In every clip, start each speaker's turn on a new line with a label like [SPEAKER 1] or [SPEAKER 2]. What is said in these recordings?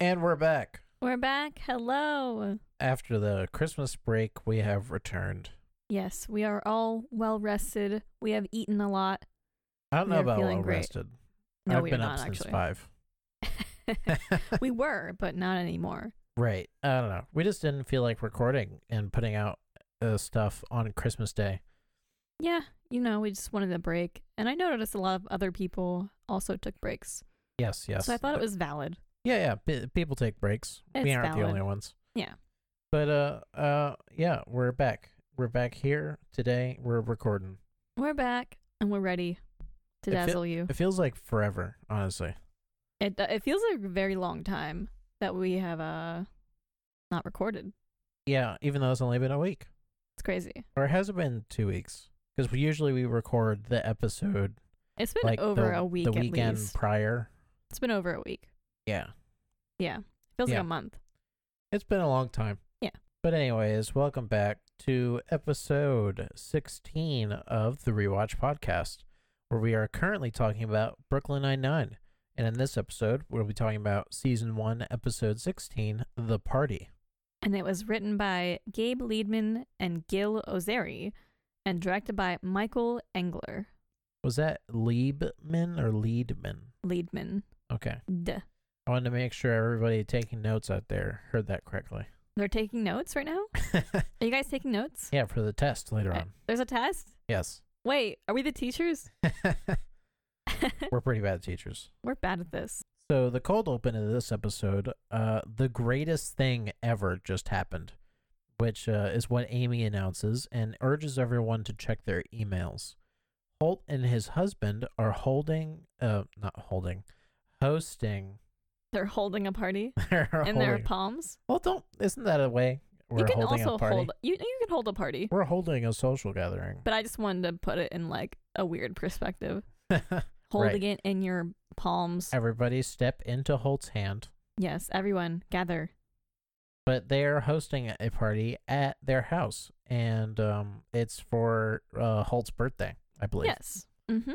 [SPEAKER 1] we're back.
[SPEAKER 2] We're back. Hello.
[SPEAKER 1] After the Christmas break, we have returned.
[SPEAKER 2] Yes, we are all well rested. We have eaten a lot.
[SPEAKER 1] I don't
[SPEAKER 2] We
[SPEAKER 1] know
[SPEAKER 2] are
[SPEAKER 1] about
[SPEAKER 2] feeling
[SPEAKER 1] well
[SPEAKER 2] great.
[SPEAKER 1] rested.
[SPEAKER 2] No,
[SPEAKER 1] I've
[SPEAKER 2] we
[SPEAKER 1] been
[SPEAKER 2] are
[SPEAKER 1] up
[SPEAKER 2] not
[SPEAKER 1] since
[SPEAKER 2] actually.
[SPEAKER 1] five.
[SPEAKER 2] we were, but not anymore.
[SPEAKER 1] Right. I don't know. We just didn't feel like recording and putting out uh, stuff on Christmas Day.
[SPEAKER 2] Yeah, you know, we just wanted a break. And I noticed a lot of other people also took breaks.
[SPEAKER 1] Yes, yes.
[SPEAKER 2] So I thought it was valid.
[SPEAKER 1] Yeah, yeah. P- people take breaks. we
[SPEAKER 2] It's
[SPEAKER 1] aren't the
[SPEAKER 2] valid.
[SPEAKER 1] only ones.
[SPEAKER 2] Yeah.
[SPEAKER 1] But uh, uh, yeah, we're back. We're back here today. We're recording.
[SPEAKER 2] We're back and we're ready to
[SPEAKER 1] It feel-
[SPEAKER 2] dazzle you.
[SPEAKER 1] It feels like forever, honestly.
[SPEAKER 2] It uh, it feels like a very long time that we have uh not recorded.
[SPEAKER 1] Yeah, even though it's only been a week,
[SPEAKER 2] It's crazy.
[SPEAKER 1] or has it been two weeks? Because we usually we record the episode
[SPEAKER 2] It's been
[SPEAKER 1] like
[SPEAKER 2] over
[SPEAKER 1] the,
[SPEAKER 2] a week
[SPEAKER 1] the
[SPEAKER 2] at
[SPEAKER 1] weekend
[SPEAKER 2] least.
[SPEAKER 1] prior.
[SPEAKER 2] It's been over a week.
[SPEAKER 1] Yeah,
[SPEAKER 2] Yeah. Feels
[SPEAKER 1] Yeah.
[SPEAKER 2] like a month.
[SPEAKER 1] it's been a long time.
[SPEAKER 2] Yeah.
[SPEAKER 1] But anyways, welcome back to episode sixteen of the Rewatch Podcast, where we are currently talking about Brooklyn Nine Nine, and in this episode we'll be talking about season one, episode sixteen, the party.
[SPEAKER 2] And it was written by Gabe Liedman and Gil Ozeri and directed by Michael Engler.
[SPEAKER 1] Was that Liebman or Liedman?
[SPEAKER 2] Liedman.
[SPEAKER 1] Okay.
[SPEAKER 2] Duh.
[SPEAKER 1] I wanted to make sure everybody taking notes out there heard that correctly.
[SPEAKER 2] They're taking notes right now? Are you guys taking notes?
[SPEAKER 1] yeah, for the test later
[SPEAKER 2] Uh,
[SPEAKER 1] on.
[SPEAKER 2] There's a test?
[SPEAKER 1] Yes.
[SPEAKER 2] Wait, are we the teachers?
[SPEAKER 1] We're pretty bad teachers.
[SPEAKER 2] We're bad at this.
[SPEAKER 1] So, the cold open of this episode, uh, the greatest thing ever just happened, which uh, is what Amy announces and urges everyone to check their emails. Holt and his husband are holding, uh, not holding, hosting.
[SPEAKER 2] They're holding a party
[SPEAKER 1] They're
[SPEAKER 2] in their
[SPEAKER 1] holding-
[SPEAKER 2] palms.
[SPEAKER 1] well, don't, isn't that a way we're
[SPEAKER 2] you can
[SPEAKER 1] holding
[SPEAKER 2] also
[SPEAKER 1] a party?
[SPEAKER 2] hold you you can hold a party.
[SPEAKER 1] We're holding a social gathering.
[SPEAKER 2] But I just wanted to put it in like a weird perspective. Holding it in your palms.
[SPEAKER 1] Everybody step into Holt's hand,
[SPEAKER 2] yes, everyone gather.
[SPEAKER 1] but they are hosting a party at their house, and um, it's for uh, Holt's birthday, I believe.
[SPEAKER 2] Yes. Mm-hmm.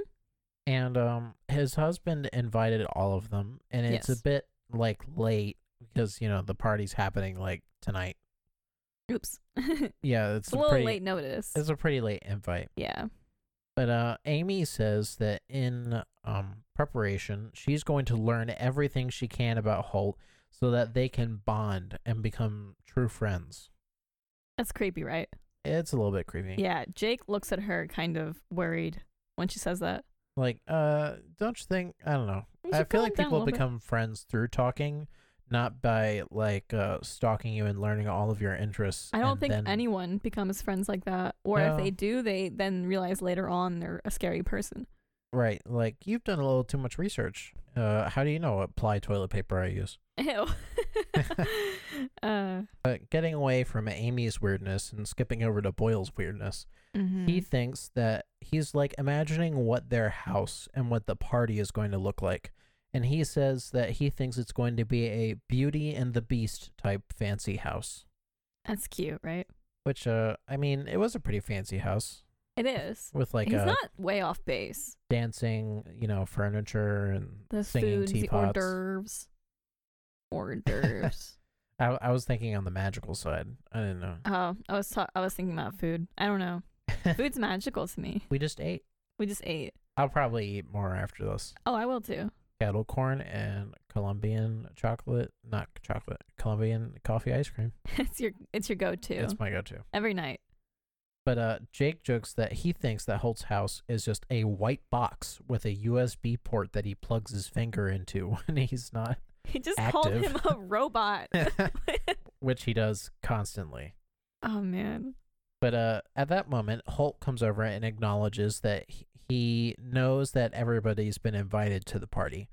[SPEAKER 1] And um, his husband invited all of them, and it's
[SPEAKER 2] Yes.
[SPEAKER 1] a bit like late because you know the party's happening like tonight.
[SPEAKER 2] Oops. it's
[SPEAKER 1] Yeah, it's,
[SPEAKER 2] a little
[SPEAKER 1] pretty.
[SPEAKER 2] late notice.
[SPEAKER 1] It's a pretty late invite.
[SPEAKER 2] yeah.
[SPEAKER 1] But uh, Amy says that in um, preparation, she's going to learn everything she can about Holt so that they can bond and become true friends.
[SPEAKER 2] That's creepy, right?
[SPEAKER 1] It's a little bit creepy.
[SPEAKER 2] Yeah. Jake looks at her kind of worried when she says that.
[SPEAKER 1] Like, uh, don't you think? I don't know.
[SPEAKER 2] You
[SPEAKER 1] I
[SPEAKER 2] should
[SPEAKER 1] feel
[SPEAKER 2] calm
[SPEAKER 1] like
[SPEAKER 2] down a
[SPEAKER 1] people
[SPEAKER 2] little bit.
[SPEAKER 1] become friends through talking, not by like uh, stalking you and learning all of your interests.
[SPEAKER 2] I don't
[SPEAKER 1] and
[SPEAKER 2] think
[SPEAKER 1] then-
[SPEAKER 2] anyone becomes friends like that. Or if they
[SPEAKER 1] No.
[SPEAKER 2] do, they then realize later on they're a scary person.
[SPEAKER 1] Right. Like, you've done a little too much research. Uh, how do you know what ply toilet paper I use?
[SPEAKER 2] Ew. uh,
[SPEAKER 1] But getting away from Amy's weirdness and skipping over to Boyle's weirdness,
[SPEAKER 2] mhm.
[SPEAKER 1] he thinks that he's like imagining what their house and what the party is going to look like. And he says that he thinks it's going to be a Beauty and the Beast type fancy house,
[SPEAKER 2] That's cute, right?
[SPEAKER 1] which, uh, I mean, it was a pretty fancy house
[SPEAKER 2] It is.
[SPEAKER 1] with like
[SPEAKER 2] He's
[SPEAKER 1] uh,
[SPEAKER 2] not way off base.
[SPEAKER 1] dancing, you know, furniture and
[SPEAKER 2] The
[SPEAKER 1] singing
[SPEAKER 2] foods, the hors
[SPEAKER 1] teapots.
[SPEAKER 2] d'oeuvres. Hors d'oeuvres.
[SPEAKER 1] I, I was thinking on the magical side. I didn't know.
[SPEAKER 2] oh, I was ta- I was thinking about food. I don't know. Food's magical to me.
[SPEAKER 1] we just ate.
[SPEAKER 2] We just ate.
[SPEAKER 1] I'll probably eat more after this.
[SPEAKER 2] Oh, I will too.
[SPEAKER 1] cattle corn and Colombian chocolate, not chocolate, Colombian coffee ice cream.
[SPEAKER 2] it's your it's your go-to
[SPEAKER 1] It's my go-to.
[SPEAKER 2] every night.
[SPEAKER 1] But uh, Jake jokes that he thinks that Holt's house is just a white box with a USB port that he plugs his finger into when he's not,
[SPEAKER 2] He just called
[SPEAKER 1] Active.
[SPEAKER 2] him a robot.
[SPEAKER 1] which he does constantly.
[SPEAKER 2] oh man.
[SPEAKER 1] But uh, at that moment, Holt comes over and acknowledges that he- he knows that everybody's been invited to the party.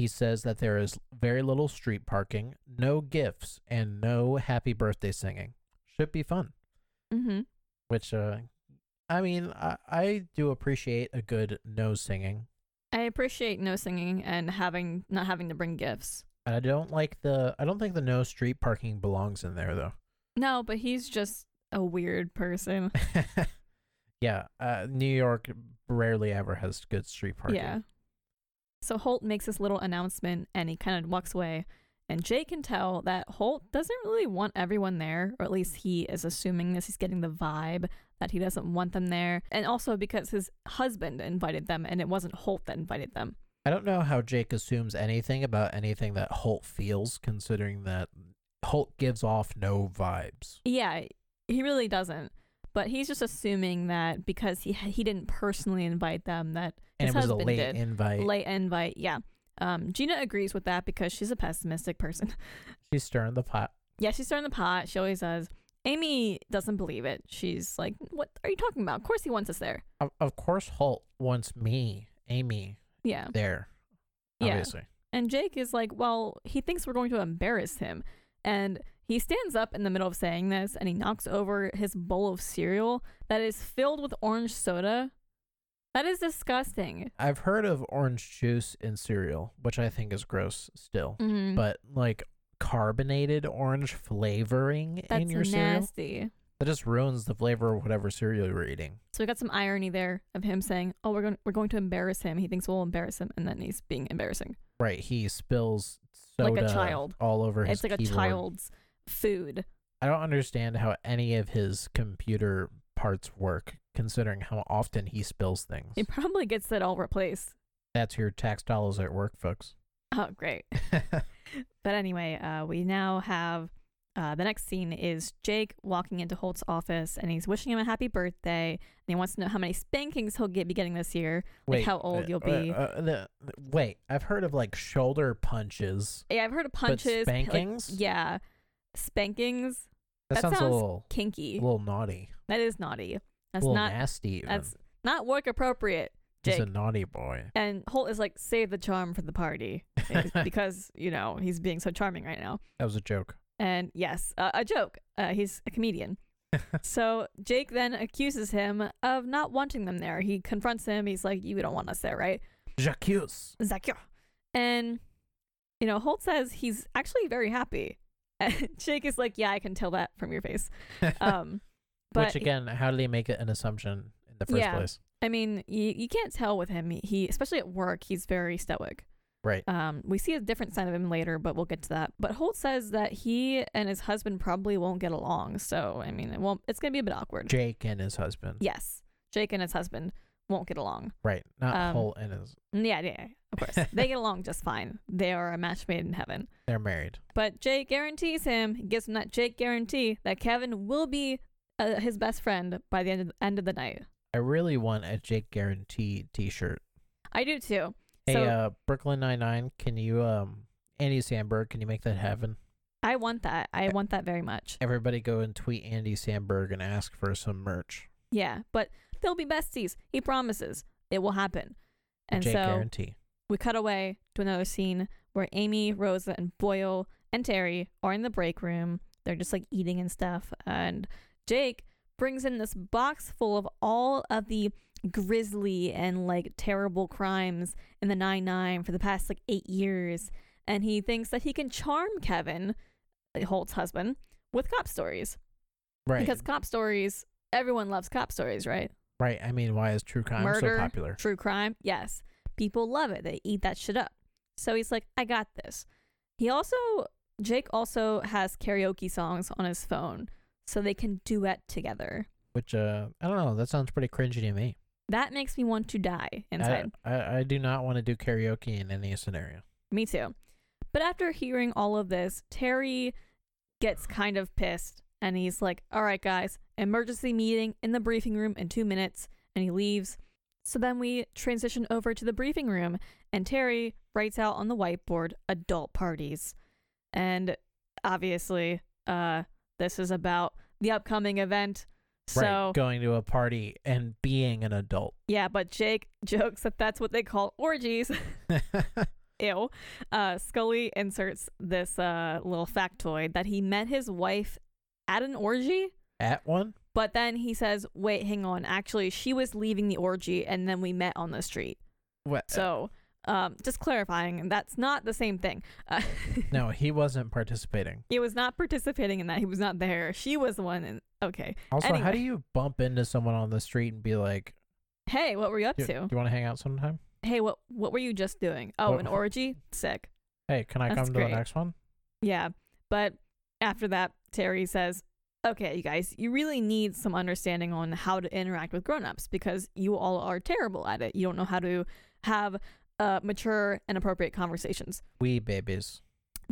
[SPEAKER 1] He says that there is very little street parking, no gifts, and no happy birthday singing. Should be fun.
[SPEAKER 2] Mm-hmm.
[SPEAKER 1] Which, uh, I mean, I, I do appreciate a good no singing.
[SPEAKER 2] I appreciate no singing and having not having to bring gifts.
[SPEAKER 1] I don't like the. I don't think the no street parking belongs in there though.
[SPEAKER 2] No, but he's just a weird person.
[SPEAKER 1] yeah, uh, New York rarely ever has good street parking.
[SPEAKER 2] Yeah. So Holt makes this little announcement and he kind of walks away And Jay can tell that Holt doesn't really want everyone there, or at least he is assuming this. He's getting the vibe that he doesn't want them there. And also because his husband invited them and it wasn't Holt that invited them.
[SPEAKER 1] I don't know how Jake assumes anything about anything that Holt feels, considering that Holt gives off no vibes.
[SPEAKER 2] Yeah, he really doesn't. But he's just assuming that because he he didn't personally invite them, that
[SPEAKER 1] And
[SPEAKER 2] his
[SPEAKER 1] it was a
[SPEAKER 2] husband
[SPEAKER 1] late
[SPEAKER 2] did.
[SPEAKER 1] invite.
[SPEAKER 2] late invite. Yeah. Um, Gina agrees with that because she's a pessimistic person.
[SPEAKER 1] She's stirring the pot.
[SPEAKER 2] yeah, she's stirring the pot. She always does. Amy doesn't believe it. She's like, "What are you talking about? Of course he wants us there."
[SPEAKER 1] Of, of course, Holt wants me, Amy,
[SPEAKER 2] Yeah.
[SPEAKER 1] there.
[SPEAKER 2] Yeah.
[SPEAKER 1] Obviously.
[SPEAKER 2] And Jake is like, "Well, he thinks we're going to embarrass him." And he stands up in the middle of saying this and he knocks over his bowl of cereal that is filled with orange soda. That is disgusting.
[SPEAKER 1] I've heard of orange juice in cereal, which I think is gross still.
[SPEAKER 2] Mhm.
[SPEAKER 1] But like carbonated orange flavoring
[SPEAKER 2] That's
[SPEAKER 1] in your cereal,
[SPEAKER 2] nasty.
[SPEAKER 1] that just ruins the flavor of whatever cereal you're eating.
[SPEAKER 2] So we got some irony there of him saying, "Oh, we're going we're going to embarrass him. He thinks we'll embarrass him, and then he's being embarrassing.
[SPEAKER 1] Right? He spills soda
[SPEAKER 2] Like a child.
[SPEAKER 1] all over his
[SPEAKER 2] it's like a
[SPEAKER 1] keyboard.
[SPEAKER 2] child's food.
[SPEAKER 1] I don't understand how any of his computer parts work, considering how often he spills things.
[SPEAKER 2] He probably gets that all replaced.
[SPEAKER 1] That's your tax dollars at work, folks.
[SPEAKER 2] Oh, great. But anyway, uh, we now have uh, the next scene is Jake walking into Holt's office, and he's wishing him a happy birthday, and he wants to know how many spankings he'll get be getting this year.
[SPEAKER 1] wait,
[SPEAKER 2] how old you'll
[SPEAKER 1] uh,
[SPEAKER 2] be.
[SPEAKER 1] Uh, the, wait, I've heard of like shoulder punches.
[SPEAKER 2] Yeah, I've heard of punches.
[SPEAKER 1] but
[SPEAKER 2] like-
[SPEAKER 1] spankings.
[SPEAKER 2] yeah, spankings.
[SPEAKER 1] that,
[SPEAKER 2] that
[SPEAKER 1] sounds, a
[SPEAKER 2] sounds
[SPEAKER 1] little,
[SPEAKER 2] Kinky.
[SPEAKER 1] little naughty,
[SPEAKER 2] That is naughty. That's
[SPEAKER 1] a little
[SPEAKER 2] not.
[SPEAKER 1] nasty. Even.
[SPEAKER 2] That's not work appropriate.
[SPEAKER 1] He's
[SPEAKER 2] Jake.
[SPEAKER 1] a naughty boy.
[SPEAKER 2] And Holt is like, save the charm for the party It's
[SPEAKER 1] that
[SPEAKER 2] because, you know, he's being so charming right now.
[SPEAKER 1] was a joke.
[SPEAKER 2] And yes, uh, a joke. Uh, he's a comedian. so Jake then accuses him of not wanting them there. He confronts him. He's like, you don't want us there, right?
[SPEAKER 1] Jacques.
[SPEAKER 2] Zakir. And, you know, Holt says he's actually very happy. And Jake is like, yeah, I can tell that from your face. Um, but
[SPEAKER 1] Which again, how did he make it an assumption in the first
[SPEAKER 2] Yeah.
[SPEAKER 1] place?
[SPEAKER 2] I mean, you, you can't tell with him. He- He, especially at work, he's very stoic.
[SPEAKER 1] Right.
[SPEAKER 2] Um, we see a different side of him later, but we'll get to that. But Holt says that he and his husband probably won't get along. So I mean, it won't. It's gonna be a bit awkward.
[SPEAKER 1] Jake and his husband.
[SPEAKER 2] yes, Jake and his husband won't get along.
[SPEAKER 1] Right. Not
[SPEAKER 2] Um,
[SPEAKER 1] Holt and his.
[SPEAKER 2] Yeah, yeah, of course, they get along just fine. They are a match made in heaven.
[SPEAKER 1] They're married.
[SPEAKER 2] But Jake guarantees him, he gives him that Jake guarantee that Kevin will be uh, his best friend by the end of, end of the night.
[SPEAKER 1] I really want a Jake Guarantee T-shirt.
[SPEAKER 2] I do too.
[SPEAKER 1] Hey,
[SPEAKER 2] so
[SPEAKER 1] uh, Brooklyn Nine Nine, can you um, Andy Sandberg, can you make that happen?
[SPEAKER 2] I want that. I want that very much.
[SPEAKER 1] Everybody go and tweet Andy Sandberg and ask for some merch.
[SPEAKER 2] Yeah, but they'll be besties. He promises it will happen. And
[SPEAKER 1] Jake
[SPEAKER 2] so
[SPEAKER 1] Guarantee.
[SPEAKER 2] we cut away to another scene where Amy, Rosa, and Boyle and Terry are in the break room. They're just like eating and stuff. And Jake brings in this box full of all of the grisly and like terrible crimes in the 9 9 for the past like eight years. And he thinks that he can charm Kevin, Holt's husband, with cop stories.
[SPEAKER 1] Right.
[SPEAKER 2] Because cop stories, everyone loves cop stories, right?
[SPEAKER 1] right. I mean, why is True Crime
[SPEAKER 2] Murder,
[SPEAKER 1] so popular?
[SPEAKER 2] True crime, yes. People love it. They eat that shit up. So he's like, I got this. He also, Jake also has karaoke songs on his phone so they can duet together.
[SPEAKER 1] Which uh, I don't know. That sounds pretty cringy to me.
[SPEAKER 2] That makes me want to die inside.
[SPEAKER 1] I, I, I do not want to do karaoke in any scenario.
[SPEAKER 2] Me too. But after hearing all of this, Terry gets kind of pissed and he's like, All right, guys, emergency meeting in the briefing room in two minutes. And he leaves. So then we transition over to the briefing room and Terry writes out on the whiteboard adult parties. And obviously, uh, this is about the upcoming event. So,
[SPEAKER 1] right. Going to a party and being an adult.
[SPEAKER 2] yeah, but Jake jokes that that's what they call orgies. ew. Uh, Scully inserts this uh, little factoid that he met his wife at an orgy,
[SPEAKER 1] At one?
[SPEAKER 2] but then he says, wait, hang on. Actually, she was leaving the orgy and then we met on the street.
[SPEAKER 1] What?
[SPEAKER 2] So um, just clarifying, that's not the same thing. Uh,
[SPEAKER 1] no, he wasn't participating.
[SPEAKER 2] He was not participating in that. He was not there. She was the one. And, okay.
[SPEAKER 1] Also, how
[SPEAKER 2] Anyway.
[SPEAKER 1] do you bump into someone on the street and be like,
[SPEAKER 2] Hey, what were you up
[SPEAKER 1] "Do-
[SPEAKER 2] to?
[SPEAKER 1] do you want to hang out sometime?
[SPEAKER 2] Hey, what what were you just doing? Oh,
[SPEAKER 1] What-
[SPEAKER 2] an orgy? Sick.
[SPEAKER 1] Hey, can I
[SPEAKER 2] That's
[SPEAKER 1] come to
[SPEAKER 2] great.
[SPEAKER 1] the next one?
[SPEAKER 2] Yeah. But after that, Terry says, Okay, you guys, you really need some understanding on how to interact with grown-ups because you all are terrible at it. You don't know how to have uh, mature and appropriate conversations.
[SPEAKER 1] We babies.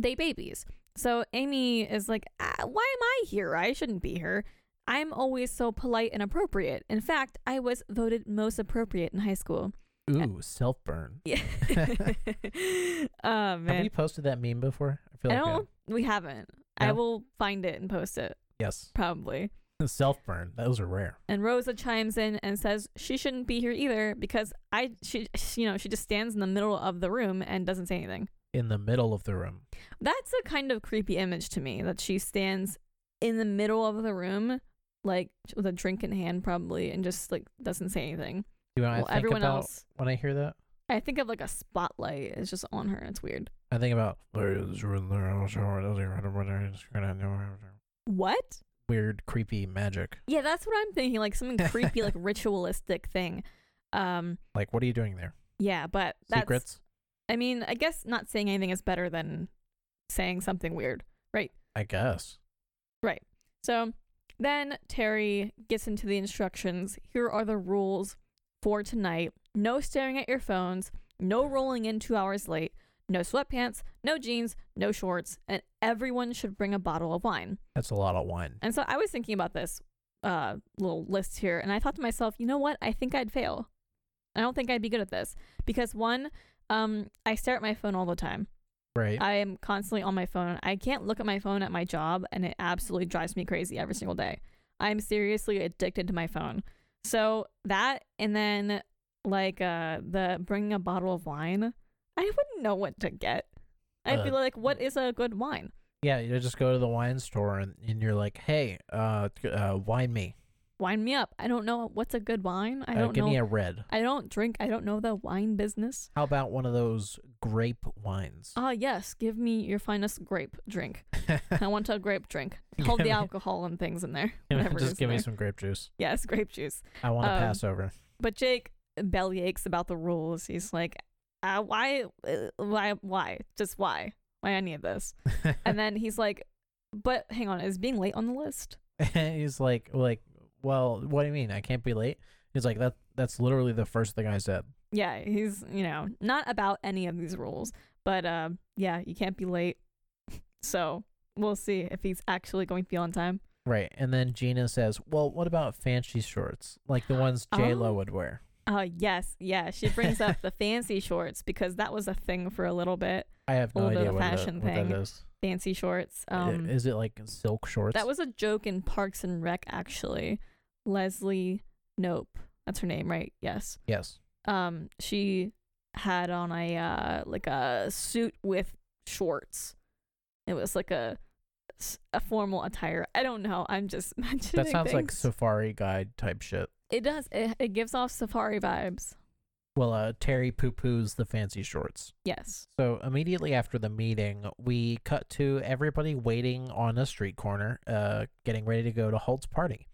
[SPEAKER 2] They babies. So Amy is like, ah, why am I here? I shouldn't be here. I'm always so polite and appropriate. In fact, I was voted most appropriate in high school.
[SPEAKER 1] Ooh, self burn.
[SPEAKER 2] Yeah. oh
[SPEAKER 1] Have we
[SPEAKER 2] man.
[SPEAKER 1] posted that meme before? I feel
[SPEAKER 2] I
[SPEAKER 1] we have.
[SPEAKER 2] don't we haven't. I
[SPEAKER 1] No?
[SPEAKER 2] will find it and post it,
[SPEAKER 1] Yes.
[SPEAKER 2] probably.
[SPEAKER 1] self burn. Those are rare.
[SPEAKER 2] And Rosa chimes in and says she shouldn't be here either because I she she- you know she just stands in the middle of the room and doesn't say anything.
[SPEAKER 1] In the middle of the room.
[SPEAKER 2] That's a kind of creepy image to me that she stands in the middle of the room like with a drink in hand probably and just like doesn't say anything.
[SPEAKER 1] Do you know what
[SPEAKER 2] Well,
[SPEAKER 1] I think
[SPEAKER 2] everyone
[SPEAKER 1] about
[SPEAKER 2] else
[SPEAKER 1] when I hear that?
[SPEAKER 2] I think of like a spotlight is just on her. It's weird.
[SPEAKER 1] I think about weird,
[SPEAKER 2] What?
[SPEAKER 1] creepy magic.
[SPEAKER 2] Yeah, that's what I'm thinking. Like something creepy, like ritualistic thing. Um,
[SPEAKER 1] Like, what are you doing there?
[SPEAKER 2] yeah, but that's.
[SPEAKER 1] Secrets?
[SPEAKER 2] I mean, I guess not saying anything is better than saying something weird.
[SPEAKER 1] I guess.
[SPEAKER 2] So then Terry gets into the instructions. Here are the rules for tonight no staring at your phones, no rolling in two hours late, no sweatpants, no jeans, no shorts, and everyone should bring a bottle of wine.
[SPEAKER 1] That's a lot of wine.
[SPEAKER 2] And so I was thinking about this uh, little list here, and I thought to myself, you know what? I think I'd fail. I don't think I'd be good at this because one, um, I stare at my phone all the time.
[SPEAKER 1] Right.
[SPEAKER 2] I am constantly on my phone. I can't look at my phone at my job, and it absolutely drives me crazy every single day. I'm seriously addicted to my phone. So that, and then like uh, the bringing a bottle of wine, I wouldn't know what to get. I'd be
[SPEAKER 1] Uh,
[SPEAKER 2] like, what is a good wine?
[SPEAKER 1] yeah, you just go to the wine store and, and you're like, hey, uh, t- uh wine me.
[SPEAKER 2] Wine me up. I don't know what's a good wine. I
[SPEAKER 1] Uh,
[SPEAKER 2] don't
[SPEAKER 1] give
[SPEAKER 2] know.
[SPEAKER 1] me a red.
[SPEAKER 2] I don't drink. I don't know the wine business.
[SPEAKER 1] How about one of those grape wines?
[SPEAKER 2] Ah, yes, give me your finest grape drink. I want a grape drink.
[SPEAKER 1] Give
[SPEAKER 2] Hold the
[SPEAKER 1] me-
[SPEAKER 2] alcohol and things in there. Whatever
[SPEAKER 1] just
[SPEAKER 2] is
[SPEAKER 1] give me
[SPEAKER 2] there.
[SPEAKER 1] some grape juice.
[SPEAKER 2] Yes, grape juice.
[SPEAKER 1] I want a
[SPEAKER 2] Um,
[SPEAKER 1] Passover.
[SPEAKER 2] But Jake belly aches about the rules. He's like, uh, why, uh, why, why, just why, why I need this. And then he's like, but hang on, is being late on the list?
[SPEAKER 1] he's like, like, well, what do you mean? I can't be late. He's like, that. That's literally the first thing I said.
[SPEAKER 2] Yeah, he's you know not about any of these rules, but uh, yeah, you can't be late. So we'll see if he's actually going to be on time.
[SPEAKER 1] Right. And then Gina says, well, what about fancy shorts, like the ones J Lo
[SPEAKER 2] Oh.
[SPEAKER 1] would wear?
[SPEAKER 2] Uh, yes, yeah. She brings up the fancy shorts because that was a thing for a little bit.
[SPEAKER 1] I have no
[SPEAKER 2] Little bit
[SPEAKER 1] idea
[SPEAKER 2] of
[SPEAKER 1] what, that-
[SPEAKER 2] fashion
[SPEAKER 1] what that
[SPEAKER 2] thing.
[SPEAKER 1] is.
[SPEAKER 2] Fancy shorts.
[SPEAKER 1] I-
[SPEAKER 2] Um,
[SPEAKER 1] is it like silk shorts?
[SPEAKER 2] That was a joke in Parks and Rec, actually. Leslie Nope, that's her name, right? Yes.
[SPEAKER 1] yes.
[SPEAKER 2] Um, she had on a uh, like a suit with shorts. It was like a s- a formal attire. I don't know. I'm just mentioning.
[SPEAKER 1] That sounds like
[SPEAKER 2] things.
[SPEAKER 1] safari guide type shit.
[SPEAKER 2] It does. It, it gives off safari vibes.
[SPEAKER 1] Well, uh, Terry poo poos the fancy shorts.
[SPEAKER 2] Yes.
[SPEAKER 1] So immediately after the meeting, we cut to everybody waiting on a street corner, uh, getting ready to go to Holt's party.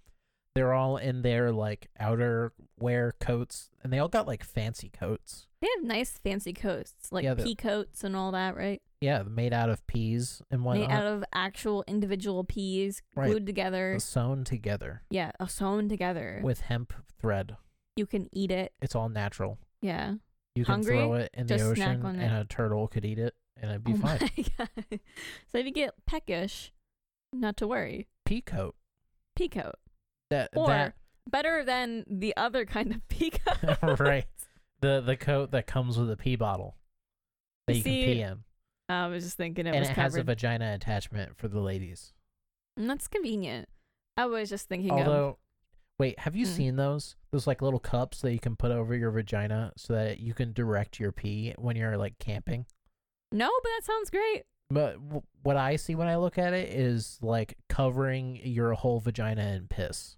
[SPEAKER 1] They're all in their like outer wear coats, and they all got like fancy coats.
[SPEAKER 2] They have nice fancy coats, like
[SPEAKER 1] Yeah, the-
[SPEAKER 2] pea coats and all that, right?
[SPEAKER 1] Yeah, made out of peas and whatnot,
[SPEAKER 2] Made out of actual individual peas,
[SPEAKER 1] Right.
[SPEAKER 2] glued together.
[SPEAKER 1] sewn together
[SPEAKER 2] Yeah, uh, sewn together.
[SPEAKER 1] with hemp thread.
[SPEAKER 2] you can eat it.
[SPEAKER 1] It's all natural.
[SPEAKER 2] Yeah.
[SPEAKER 1] You can
[SPEAKER 2] Hungry?
[SPEAKER 1] throw it in the
[SPEAKER 2] Just snack
[SPEAKER 1] ocean,
[SPEAKER 2] on
[SPEAKER 1] and
[SPEAKER 2] it.
[SPEAKER 1] a turtle could eat it, and it'd be
[SPEAKER 2] oh
[SPEAKER 1] fine.
[SPEAKER 2] my god. So if you get peckish, not to worry.
[SPEAKER 1] Pea coat.
[SPEAKER 2] Pea coat.
[SPEAKER 1] That
[SPEAKER 2] Or
[SPEAKER 1] that
[SPEAKER 2] better than the other kind of pea coat.
[SPEAKER 1] Right. the the coat that comes with a pea bottle that
[SPEAKER 2] You
[SPEAKER 1] you, can
[SPEAKER 2] see,
[SPEAKER 1] pee in.
[SPEAKER 2] I was just thinking it
[SPEAKER 1] and
[SPEAKER 2] was
[SPEAKER 1] it has a
[SPEAKER 2] covered.
[SPEAKER 1] vagina attachment for the ladies.
[SPEAKER 2] Mm, That's convenient. I was just thinking of
[SPEAKER 1] Although, wait, have you
[SPEAKER 2] Mm.
[SPEAKER 1] seen those? Those like little cups that you can put over your vagina so that you can direct your pee when you're like camping.
[SPEAKER 2] No, but that sounds great.
[SPEAKER 1] But w- what I see when I look at it is like covering your whole vagina in piss.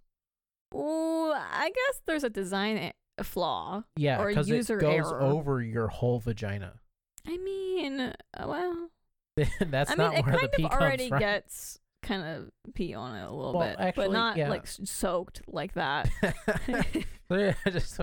[SPEAKER 2] Ooh, I guess there's a design e- flaw.
[SPEAKER 1] Yeah,
[SPEAKER 2] Or
[SPEAKER 1] because it
[SPEAKER 2] user
[SPEAKER 1] goes
[SPEAKER 2] error.
[SPEAKER 1] over your whole vagina.
[SPEAKER 2] I mean, uh, well,
[SPEAKER 1] That's
[SPEAKER 2] I mean,
[SPEAKER 1] not
[SPEAKER 2] it
[SPEAKER 1] where the
[SPEAKER 2] kind
[SPEAKER 1] pee
[SPEAKER 2] of already
[SPEAKER 1] comes from.
[SPEAKER 2] gets kind of pee on it a little
[SPEAKER 1] Well,
[SPEAKER 2] bit,
[SPEAKER 1] actually,
[SPEAKER 2] but not
[SPEAKER 1] yeah.
[SPEAKER 2] like s- soaked like that.
[SPEAKER 1] I just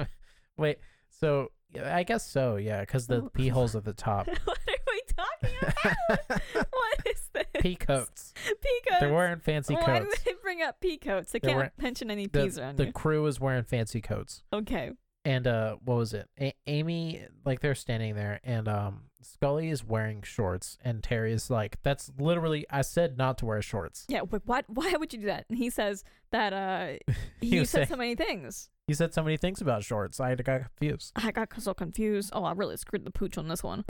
[SPEAKER 1] wait. So yeah, I guess so. Yeah, because the
[SPEAKER 2] Oh.
[SPEAKER 1] pee holes at the top.
[SPEAKER 2] what are we talking talking about? what is this?
[SPEAKER 1] Peacoats.
[SPEAKER 2] Peacoats.
[SPEAKER 1] They're wearing fancy
[SPEAKER 2] Why did
[SPEAKER 1] coats.
[SPEAKER 2] they bring up peacoats? I
[SPEAKER 1] They're
[SPEAKER 2] can't
[SPEAKER 1] wearing-
[SPEAKER 2] mention any peas
[SPEAKER 1] The,
[SPEAKER 2] around
[SPEAKER 1] the
[SPEAKER 2] here.
[SPEAKER 1] crew is wearing fancy coats.
[SPEAKER 2] Okay.
[SPEAKER 1] And uh what was it? A- Amy like they're standing there and um Scully is wearing shorts and Terry is like that's literally I said not to wear shorts.
[SPEAKER 2] Yeah. But why? Why would you do that? And he says that uh,
[SPEAKER 1] He
[SPEAKER 2] you
[SPEAKER 1] was
[SPEAKER 2] said
[SPEAKER 1] saying-
[SPEAKER 2] so many things.
[SPEAKER 1] You said so many things about shorts. I got confused.
[SPEAKER 2] I got so confused. Oh, I really screwed the pooch on this one.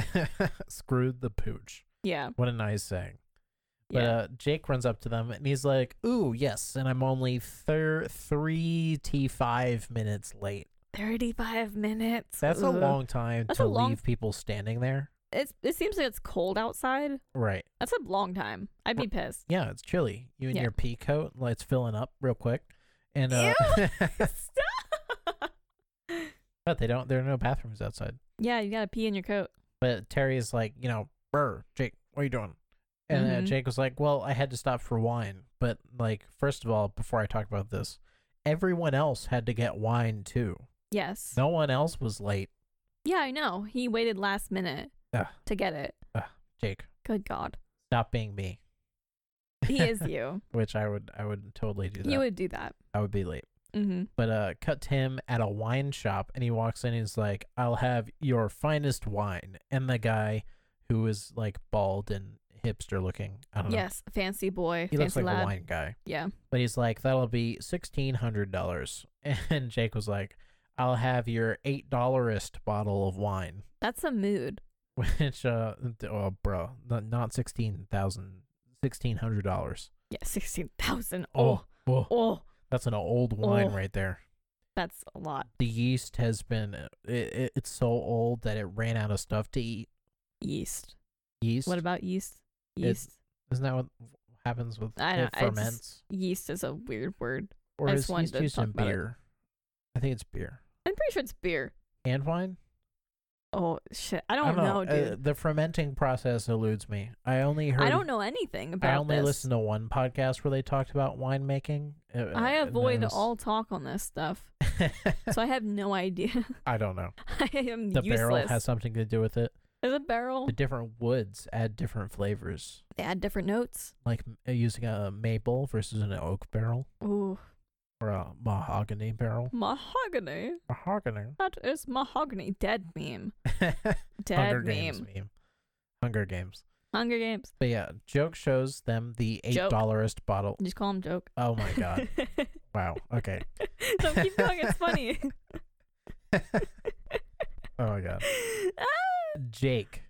[SPEAKER 1] Screwed the pooch.
[SPEAKER 2] Yeah.
[SPEAKER 1] What a nice saying. But
[SPEAKER 2] Yeah.
[SPEAKER 1] uh, Jake runs up to them and he's like, "Ooh, yes, and I'm only thir- three t five minutes late.
[SPEAKER 2] Thirty-five minutes.
[SPEAKER 1] That's a
[SPEAKER 2] Ugh.
[SPEAKER 1] long time
[SPEAKER 2] Uh-huh. That's
[SPEAKER 1] to
[SPEAKER 2] a long-
[SPEAKER 1] leave people standing there."
[SPEAKER 2] It's. It seems like it's cold outside.
[SPEAKER 1] Right.
[SPEAKER 2] That's a long time. I'd be pissed.
[SPEAKER 1] Yeah, it's chilly. You in
[SPEAKER 2] Yeah.
[SPEAKER 1] your pea coat. like, It's filling up real quick. And uh,
[SPEAKER 2] Stop.
[SPEAKER 1] but they don't. There are no bathrooms outside.
[SPEAKER 2] Yeah, you gotta pee in your coat.
[SPEAKER 1] But Terry is like, you know, brr, Jake, what are you doing? And uh,
[SPEAKER 2] Mhm.
[SPEAKER 1] Jake was like, well, I had to stop for wine. But, like, first of all, before I talk about this, everyone else had to get wine too.
[SPEAKER 2] Yes.
[SPEAKER 1] No one else was late.
[SPEAKER 2] Yeah, I know. He waited last minute
[SPEAKER 1] Ugh.
[SPEAKER 2] to get it.
[SPEAKER 1] Jake,
[SPEAKER 2] Good God.
[SPEAKER 1] stop being me.
[SPEAKER 2] He is you.
[SPEAKER 1] Which I would, I would totally do that.
[SPEAKER 2] You would do that.
[SPEAKER 1] I would be late.
[SPEAKER 2] Mm-hmm.
[SPEAKER 1] But uh, cut to him at a wine shop, and he walks in. And he's like, "I'll have your finest wine." And the guy, who is like bald and hipster looking, I don't know.
[SPEAKER 2] Yes. Fancy boy.
[SPEAKER 1] he
[SPEAKER 2] fancy
[SPEAKER 1] looks like
[SPEAKER 2] lad.
[SPEAKER 1] a wine guy.
[SPEAKER 2] Yeah.
[SPEAKER 1] But he's like, "That'll be sixteen hundred dollars." And Jake was like, "I'll have your eight dollarist bottle of wine,"
[SPEAKER 2] That's a mood.
[SPEAKER 1] which uh, d- oh, bro, not- not sixteen thousand, sixteen hundred dollars.
[SPEAKER 2] Yeah, 16,000. Oh.
[SPEAKER 1] Oh. Whoa,
[SPEAKER 2] Oh.
[SPEAKER 1] that's an old wine
[SPEAKER 2] Oh.
[SPEAKER 1] right there.
[SPEAKER 2] That's a lot.
[SPEAKER 1] the yeast has been uh, it, it, it's so old that it ran out of stuff to eat
[SPEAKER 2] Yeast.
[SPEAKER 1] yeast
[SPEAKER 2] What about yeast?
[SPEAKER 1] It's-
[SPEAKER 2] Yeast.
[SPEAKER 1] isn't that what happens with
[SPEAKER 2] I don't-
[SPEAKER 1] it
[SPEAKER 2] I just-
[SPEAKER 1] ferments
[SPEAKER 2] yeast is a weird word.
[SPEAKER 1] or
[SPEAKER 2] I
[SPEAKER 1] is
[SPEAKER 2] just wanted
[SPEAKER 1] yeast
[SPEAKER 2] to
[SPEAKER 1] used
[SPEAKER 2] talk
[SPEAKER 1] in
[SPEAKER 2] about it.
[SPEAKER 1] beer i think it's beer
[SPEAKER 2] I'm pretty sure it's beer.
[SPEAKER 1] and wine
[SPEAKER 2] Oh, shit. I don't, know,
[SPEAKER 1] Uh,
[SPEAKER 2] dude.
[SPEAKER 1] the fermenting process eludes me i only heard
[SPEAKER 2] I don't know anything about
[SPEAKER 1] I only
[SPEAKER 2] this.
[SPEAKER 1] listened to one podcast where they talked about winemaking. Uh,
[SPEAKER 2] I
[SPEAKER 1] and
[SPEAKER 2] avoid
[SPEAKER 1] it was-
[SPEAKER 2] all talk on this stuff, so I have no idea.
[SPEAKER 1] I don't know.
[SPEAKER 2] I am
[SPEAKER 1] The
[SPEAKER 2] useless.
[SPEAKER 1] barrel has something to do with it.
[SPEAKER 2] There's a barrel.
[SPEAKER 1] The different woods add different flavors,
[SPEAKER 2] They add different notes.
[SPEAKER 1] like m- uh, using a maple versus an oak barrel.
[SPEAKER 2] Ooh,
[SPEAKER 1] or a mahogany barrel.
[SPEAKER 2] mahogany.
[SPEAKER 1] Mahogany.
[SPEAKER 2] That is mahogany. Dead meme.
[SPEAKER 1] Hunger
[SPEAKER 2] Dead meme.
[SPEAKER 1] Games meme. Hunger Games.
[SPEAKER 2] Hunger Games.
[SPEAKER 1] But yeah, joke shows them the eight
[SPEAKER 2] Joke.
[SPEAKER 1] dollarist bottle.
[SPEAKER 2] Just call him joke.
[SPEAKER 1] Oh my god! wow. Okay.
[SPEAKER 2] so keep going. It's funny.
[SPEAKER 1] oh my god. Jake.
[SPEAKER 2] Ah,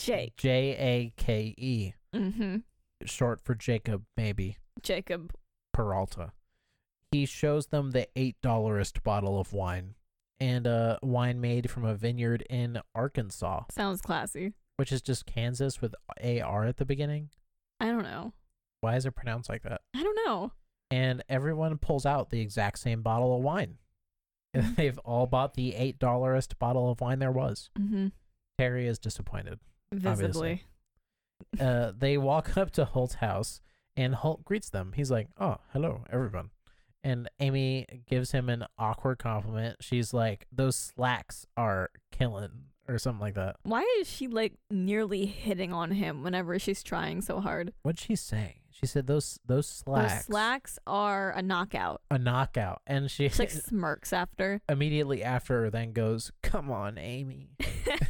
[SPEAKER 2] Jake.
[SPEAKER 1] J A K E.
[SPEAKER 2] Mm-hmm.
[SPEAKER 1] Short for Jacob, maybe
[SPEAKER 2] Jacob.
[SPEAKER 1] Peralta. He shows them the eight dollarist bottle of wine, and uh, wine made from a vineyard in Arkansas.
[SPEAKER 2] Sounds classy.
[SPEAKER 1] which is just Kansas with AR at the beginning.
[SPEAKER 2] I don't know.
[SPEAKER 1] Why is it pronounced like that?
[SPEAKER 2] I don't know.
[SPEAKER 1] And everyone pulls out the exact same bottle of wine. And they've all bought the eight dollarist bottle of wine there was.
[SPEAKER 2] Mm-hmm.
[SPEAKER 1] Terry is disappointed.
[SPEAKER 2] Visibly.
[SPEAKER 1] Obviously. Uh, they walk up to Holt's house, and Holt greets them. He's like, "Oh, hello, everyone." And Amy gives him an awkward compliment. She's like, "Those slacks are killing," or something like that.
[SPEAKER 2] Why is she like nearly hitting on him whenever she's trying so hard?
[SPEAKER 1] What'd she say? She said, "Those those slacks,
[SPEAKER 2] Those slacks are a knockout.
[SPEAKER 1] a knockout," and she
[SPEAKER 2] She like smirks after.
[SPEAKER 1] immediately after then goes, Come on, Amy.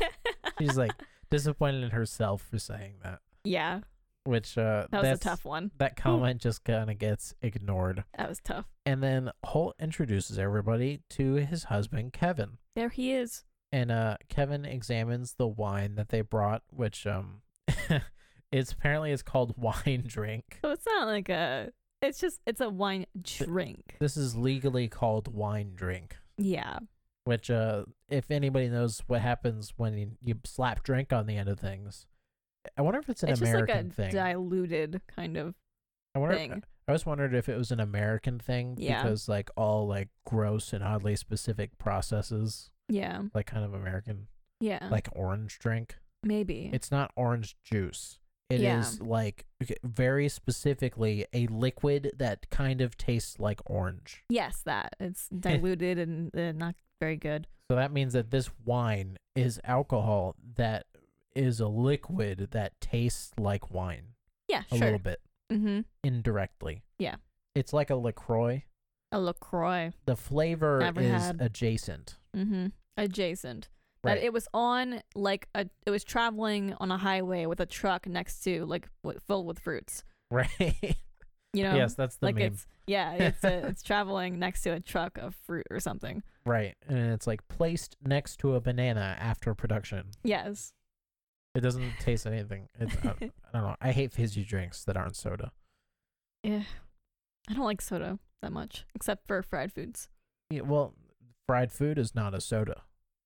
[SPEAKER 1] She's like disappointed in herself for saying that.
[SPEAKER 2] yeah,
[SPEAKER 1] Which uh
[SPEAKER 2] that was a
[SPEAKER 1] that's-
[SPEAKER 2] tough one.
[SPEAKER 1] that comment just kinda gets ignored.
[SPEAKER 2] That was tough.
[SPEAKER 1] And then Holt introduces everybody to his husband Kevin.
[SPEAKER 2] There he is.
[SPEAKER 1] And uh Kevin examines the wine that they brought, which um it's apparently it's called wine drink.
[SPEAKER 2] So it's not like a. It's just it's a wine drink.
[SPEAKER 1] This is legally called wine drink.
[SPEAKER 2] Yeah.
[SPEAKER 1] Which uh if anybody knows what happens when you, you slap drink on the end of things. I wonder if it's an
[SPEAKER 2] it's just like
[SPEAKER 1] American
[SPEAKER 2] a
[SPEAKER 1] thing. uh,
[SPEAKER 2] diluted kind of
[SPEAKER 1] I wonder.
[SPEAKER 2] thing.
[SPEAKER 1] I always wondered if it was an American thing
[SPEAKER 2] Yeah.
[SPEAKER 1] because like all like gross and oddly specific processes,
[SPEAKER 2] Yeah.
[SPEAKER 1] like kind of American,
[SPEAKER 2] Yeah.
[SPEAKER 1] like orange drink.
[SPEAKER 2] maybe.
[SPEAKER 1] It's not orange juice. It is
[SPEAKER 2] Yeah.
[SPEAKER 1] like okay, very specifically a liquid that kind of tastes like orange.
[SPEAKER 2] yes, that it's diluted and uh, not very good.
[SPEAKER 1] So that means that this wine is alcohol that is a liquid that tastes like wine
[SPEAKER 2] Yeah,
[SPEAKER 1] a
[SPEAKER 2] sure.
[SPEAKER 1] little bit
[SPEAKER 2] Mm-hmm.
[SPEAKER 1] indirectly.
[SPEAKER 2] Yeah.
[SPEAKER 1] It's like a LaCroix.
[SPEAKER 2] A LaCroix.
[SPEAKER 1] The flavor
[SPEAKER 2] Never
[SPEAKER 1] is
[SPEAKER 2] had.
[SPEAKER 1] adjacent.
[SPEAKER 2] Mm-hmm. Adjacent.
[SPEAKER 1] Right.
[SPEAKER 2] That it was on like a it was traveling on a highway with a truck next to like w- filled with fruits.
[SPEAKER 1] right.
[SPEAKER 2] You know.
[SPEAKER 1] yes, that's the
[SPEAKER 2] like
[SPEAKER 1] meme.
[SPEAKER 2] it's yeah, it's a, it's traveling next to a truck of fruit or something.
[SPEAKER 1] Right. And it's like placed next to a banana after production.
[SPEAKER 2] Yes.
[SPEAKER 1] It doesn't taste anything. It's, uh, I, I don't know. I hate fizzy drinks that aren't soda.
[SPEAKER 2] I don't like soda that much except for fried foods.
[SPEAKER 1] Yeah, well, fried food is not a soda.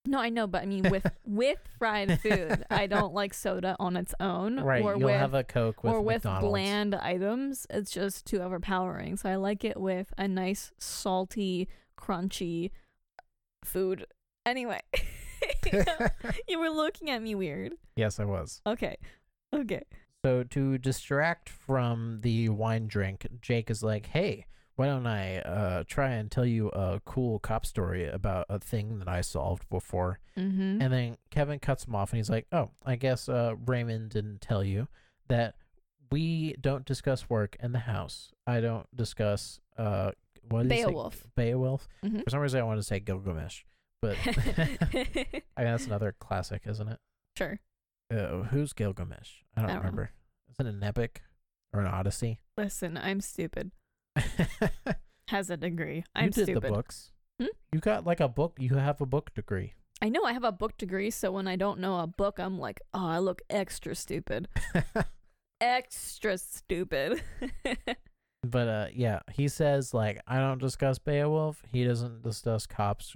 [SPEAKER 2] No, I know, but I mean with with fried food, I don't like soda on its own
[SPEAKER 1] Right.
[SPEAKER 2] or
[SPEAKER 1] You'll
[SPEAKER 2] with
[SPEAKER 1] have a Coke with
[SPEAKER 2] or with
[SPEAKER 1] McDonald's.
[SPEAKER 2] bland items. It's just too overpowering. So I like it with a nice salty, crunchy food. Anyway, you were looking at me weird.
[SPEAKER 1] yes, I was.
[SPEAKER 2] Okay. Okay.
[SPEAKER 1] So to distract from the wine drink, Jake is like, "Hey, why don't I uh, try and tell you a cool cop story about a thing that I solved before?"
[SPEAKER 2] Mm-hmm.
[SPEAKER 1] And then Kevin cuts him off, and he's like, "Oh, I guess uh, Raymond didn't tell you that we don't discuss work in the house. I don't discuss uh, what did he say?
[SPEAKER 2] Beowulf.
[SPEAKER 1] Beowulf.
[SPEAKER 2] Mhm.
[SPEAKER 1] For some reason, I want to say Gilgamesh, but I mean, that's another classic, isn't it?
[SPEAKER 2] sure.
[SPEAKER 1] Uh, who's Gilgamesh? I don't
[SPEAKER 2] I don't know.
[SPEAKER 1] remember. Is it an epic or an Odyssey?
[SPEAKER 2] Listen, I'm stupid.
[SPEAKER 1] you
[SPEAKER 2] Has a degree. I'm
[SPEAKER 1] did
[SPEAKER 2] stupid.
[SPEAKER 1] the books.
[SPEAKER 2] Hmm?
[SPEAKER 1] You got like a book. You have a book degree.
[SPEAKER 2] I know I have a book degree, so when I don't know a book, I'm like, oh, I look extra stupid. Extra stupid.
[SPEAKER 1] but uh, yeah, he says like I don't discuss Beowulf. He doesn't discuss cops.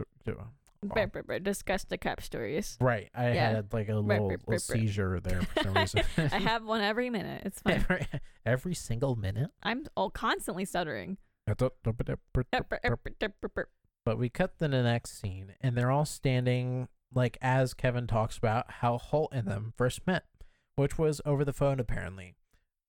[SPEAKER 2] Brr, brr, brr, Discuss the cap stories.
[SPEAKER 1] Right. I
[SPEAKER 2] Yeah.
[SPEAKER 1] had like a little,
[SPEAKER 2] right,
[SPEAKER 1] little
[SPEAKER 2] right, right.
[SPEAKER 1] seizure there for some reason.
[SPEAKER 2] I have one every minute. It's fine.
[SPEAKER 1] every, every single minute.
[SPEAKER 2] I'm all constantly stuttering.
[SPEAKER 1] But we cut to the next scene, and they're all standing, like, as Kevin talks about how Holt and them first met, which was over the phone, apparently.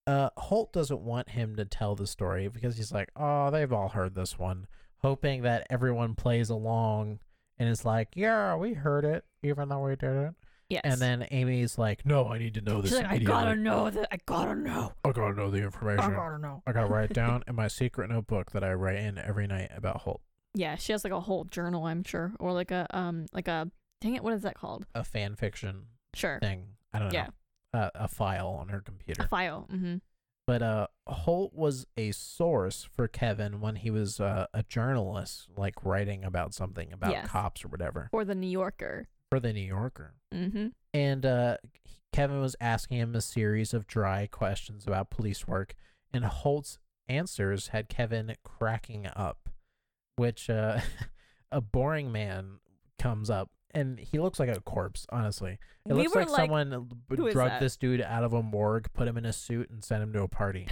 [SPEAKER 1] Uh, Holt doesn't want him to tell the story because he's like, oh, they've all heard this one, hoping that everyone plays along and is like, yeah, we heard it, even though we didn't.
[SPEAKER 2] Yes.
[SPEAKER 1] And then Amy's like, no, I need to know this.
[SPEAKER 2] she's like, I
[SPEAKER 1] immediately.
[SPEAKER 2] gotta Uh-huh." know that. I gotta know.
[SPEAKER 1] I gotta know the information.
[SPEAKER 2] I gotta know.
[SPEAKER 1] I gotta write it down in my secret notebook that I write in every night about Holt.
[SPEAKER 2] Yeah, she has like a whole journal, I'm sure, or like a um, like a dang it, what is that called?
[SPEAKER 1] A fan fiction
[SPEAKER 2] Sure,
[SPEAKER 1] thing. I don't know.
[SPEAKER 2] Yeah.
[SPEAKER 1] Uh, a file on her
[SPEAKER 2] a
[SPEAKER 1] computer.
[SPEAKER 2] file. Mm-hmm.
[SPEAKER 1] But uh, Holt was a source for Kevin when he was uh, a journalist, like writing about something about
[SPEAKER 2] Yes.
[SPEAKER 1] cops or whatever
[SPEAKER 2] For the New Yorker.
[SPEAKER 1] for the New Yorker.
[SPEAKER 2] Mm-hmm.
[SPEAKER 1] And uh, he- Kevin was asking him a series of dry questions about police work, and Holt's answers had Kevin cracking up, which uh, a boring man comes up, and he looks like a corpse, honestly. It
[SPEAKER 2] We
[SPEAKER 1] looks
[SPEAKER 2] were
[SPEAKER 1] like,
[SPEAKER 2] like,
[SPEAKER 1] someone b-
[SPEAKER 2] "Who is
[SPEAKER 1] drugged
[SPEAKER 2] that?"
[SPEAKER 1] this dude out of a morgue, put him in a suit, and sent him to a party.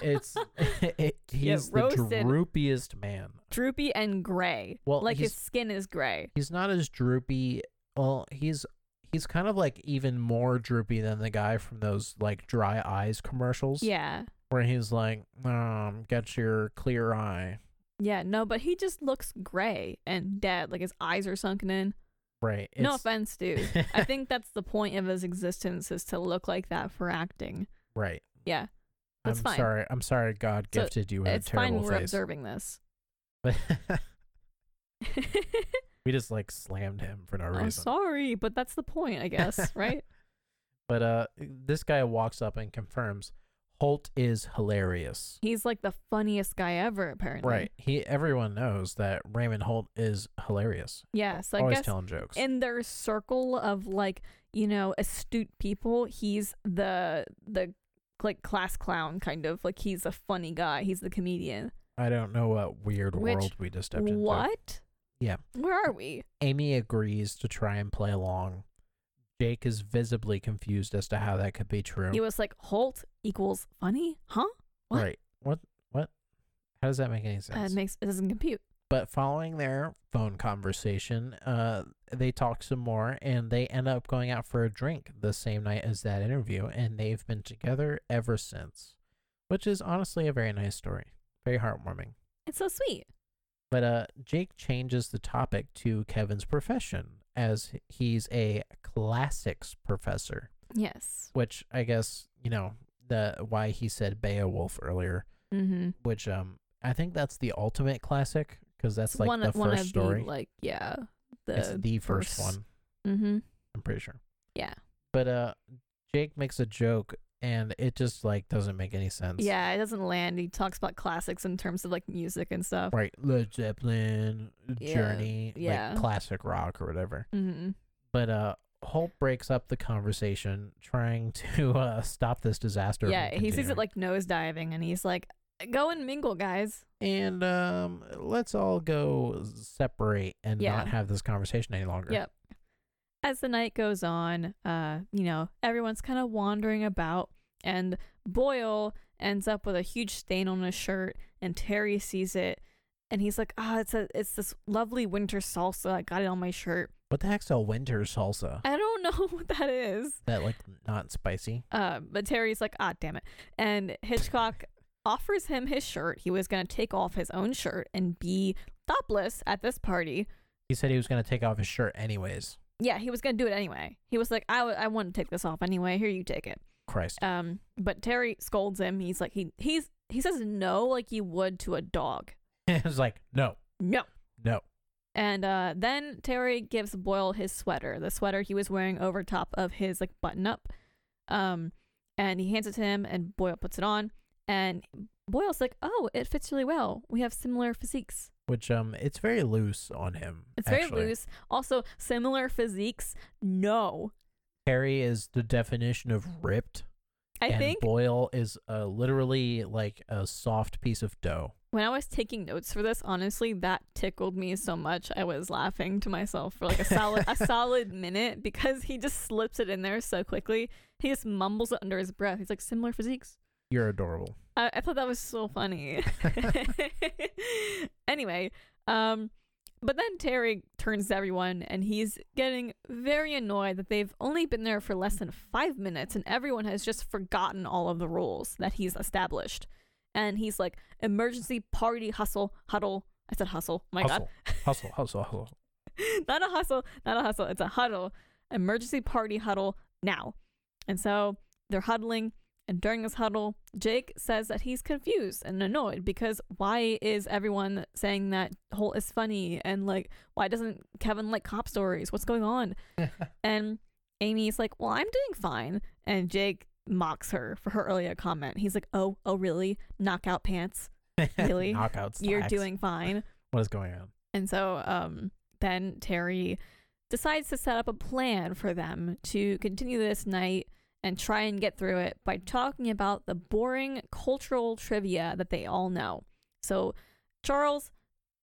[SPEAKER 1] It's it, he's the
[SPEAKER 2] roasted.
[SPEAKER 1] droopiest man.
[SPEAKER 2] droopy and gray.
[SPEAKER 1] Well,
[SPEAKER 2] like
[SPEAKER 1] he's-
[SPEAKER 2] his skin is gray.
[SPEAKER 1] He's not as droopy. Well, he's he's kind of like even more droopy than the guy from those like dry eyes commercials.
[SPEAKER 2] Yeah,
[SPEAKER 1] Where he's like, um, get your clear eye.
[SPEAKER 2] yeah. No, but he just looks gray and dead. Like his eyes are sunken in.
[SPEAKER 1] Right.
[SPEAKER 2] no
[SPEAKER 1] it's-
[SPEAKER 2] offense, dude. I think that's the point of his existence is to look like that for acting.
[SPEAKER 1] right.
[SPEAKER 2] Yeah, that's
[SPEAKER 1] I'm
[SPEAKER 2] fine.
[SPEAKER 1] sorry. I'm sorry God
[SPEAKER 2] So,
[SPEAKER 1] gifted you with
[SPEAKER 2] it's
[SPEAKER 1] a
[SPEAKER 2] fine.
[SPEAKER 1] terrible
[SPEAKER 2] We're
[SPEAKER 1] face.
[SPEAKER 2] observing this.
[SPEAKER 1] But we just like slammed him for no
[SPEAKER 2] I'm
[SPEAKER 1] reason.
[SPEAKER 2] sorry, but that's the point, I guess, right?
[SPEAKER 1] But uh, this guy walks up and confirms Holt is hilarious.
[SPEAKER 2] He's like the funniest guy ever, apparently.
[SPEAKER 1] Right. He everyone knows that Raymond Holt is hilarious.
[SPEAKER 2] Yeah. So I
[SPEAKER 1] Always
[SPEAKER 2] guess
[SPEAKER 1] telling jokes.
[SPEAKER 2] in their circle of like you know astute people, he's the the like class clown kind of like he's a funny guy. He's the comedian.
[SPEAKER 1] I don't know what weird
[SPEAKER 2] Which-
[SPEAKER 1] world we just stepped into.
[SPEAKER 2] What?
[SPEAKER 1] Yeah.
[SPEAKER 2] Where are we?
[SPEAKER 1] Amy agrees to try and play along. Jake is visibly confused as to how that could be true.
[SPEAKER 2] He was like Holt equals funny, huh? what?
[SPEAKER 1] Right. What what how does that make any
[SPEAKER 2] That
[SPEAKER 1] sense?
[SPEAKER 2] makes it doesn't compute.
[SPEAKER 1] but following their phone conversation, uh, they talk some more and they end up going out for a drink the same night as that interview, and they've been together ever since, which is honestly a very nice story, very heartwarming.
[SPEAKER 2] It's so sweet.
[SPEAKER 1] But uh, Jake changes the topic to Kevin's profession, as he's a classics professor.
[SPEAKER 2] Yes.
[SPEAKER 1] which I guess you know the why he said Beowulf earlier,
[SPEAKER 2] Mm-hmm.
[SPEAKER 1] which um I think that's the ultimate classic because that's like
[SPEAKER 2] one
[SPEAKER 1] the
[SPEAKER 2] one
[SPEAKER 1] first
[SPEAKER 2] of
[SPEAKER 1] story.
[SPEAKER 2] the like yeah
[SPEAKER 1] it's
[SPEAKER 2] the
[SPEAKER 1] the first
[SPEAKER 2] first-
[SPEAKER 1] one.
[SPEAKER 2] mm-hmm.
[SPEAKER 1] I'm pretty sure.
[SPEAKER 2] Yeah.
[SPEAKER 1] But uh, Jake makes a joke and it just like doesn't make any sense.
[SPEAKER 2] yeah it doesn't land. He talks about classics in terms of like music and stuff.
[SPEAKER 1] Right, Led Zeppelin,
[SPEAKER 2] Yeah,
[SPEAKER 1] Journey,
[SPEAKER 2] yeah.
[SPEAKER 1] like classic rock or whatever.
[SPEAKER 2] Mm-hmm.
[SPEAKER 1] But uh, Holt breaks up the conversation, trying to uh, stop this disaster. from
[SPEAKER 2] Yeah, he sees it
[SPEAKER 1] continuing.
[SPEAKER 2] like nose diving, and he's like, "Go and mingle, guys."
[SPEAKER 1] and um, let's all go separate and
[SPEAKER 2] Yeah.
[SPEAKER 1] not have this conversation any longer.
[SPEAKER 2] Yep. As the night goes on, uh, you know, everyone's kind of wandering about, and Boyle ends up with a huge stain on his shirt, and Terry sees it, and he's like, "Ah, it's a, it's this lovely winter salsa. I got it on my shirt.
[SPEAKER 1] What the heck's a winter salsa?
[SPEAKER 2] I don't know what that is."
[SPEAKER 1] That like not spicy.
[SPEAKER 2] Uh, but Terry's like, ah, damn it. And Hitchcock offers him his shirt. He was going to take off his own shirt and be topless at this party.
[SPEAKER 1] He said he was gonna take off his shirt anyways.
[SPEAKER 2] Yeah, he was going to do it anyway. He was like, I, w- I want to take this off anyway. Here, you take it.
[SPEAKER 1] Christ.
[SPEAKER 2] Um, but Terry scolds him. He's like, he, he's, he says no like you would to a dog.
[SPEAKER 1] it was like no,
[SPEAKER 2] No.
[SPEAKER 1] no.
[SPEAKER 2] And uh, then Terry gives Boyle his sweater, the sweater he was wearing over top of his like button up. Um, and he hands it to him, and Boyle puts it on. And Boyle's like, "Oh, it fits really well. We have similar physiques.
[SPEAKER 1] Which um, it's very loose on him.
[SPEAKER 2] It's
[SPEAKER 1] actually.
[SPEAKER 2] very loose. Also, similar physiques. No,
[SPEAKER 1] Terry is the definition of ripped,
[SPEAKER 2] I
[SPEAKER 1] and
[SPEAKER 2] think
[SPEAKER 1] Boyle is uh, literally like a soft piece of dough.
[SPEAKER 2] when I was taking notes for this, honestly, that tickled me so much. I was laughing to myself for like a solid a solid minute because he just slips it in there so quickly. He just mumbles it under his breath. He's like, "Similar physiques."
[SPEAKER 1] You're adorable.
[SPEAKER 2] I, I thought that was so funny. anyway, um, but then Terry turns to everyone and he's getting very annoyed that they've only been there for less than five minutes and everyone has just forgotten all of the rules that he's established. And he's like, emergency party hustle, huddle. I said hustle. My
[SPEAKER 1] hustle, hustle, hustle, hustle.
[SPEAKER 2] God. Not a hustle, not a hustle. It's a huddle. Emergency party huddle now. And so they're huddling. And during this huddle, Jake says that he's confused and annoyed because why is everyone saying that Holt is funny? And like, why doesn't Kevin like cop stories? What's going on? and Amy's like, well, I'm doing fine. And Jake mocks her for her earlier comment. He's like, oh, oh, really? Knockout pants. Really?
[SPEAKER 1] Knockouts.
[SPEAKER 2] You're doing fine.
[SPEAKER 1] What is going on?
[SPEAKER 2] And so um, then Terry decides to set up a plan for them to continue this night and try and get through it by talking about the boring cultural trivia that they all know. So Charles,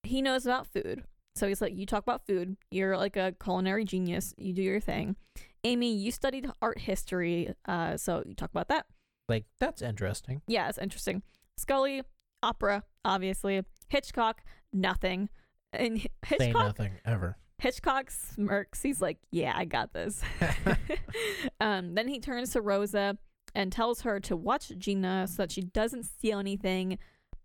[SPEAKER 2] he knows about food. So he's like, You talk about food. You're like a culinary genius. You do your thing. Amy, you studied art history. Uh, so you talk about that.
[SPEAKER 1] Like that's interesting.
[SPEAKER 2] Yeah, it's interesting. Scully, opera, obviously. Hitchcock, nothing. And H-
[SPEAKER 1] Say
[SPEAKER 2] Hitchcock,
[SPEAKER 1] nothing ever.
[SPEAKER 2] Hitchcock smirks. He's like, "Yeah, I got this." um, then he turns to Rosa and tells her to watch Gina so that she doesn't steal anything.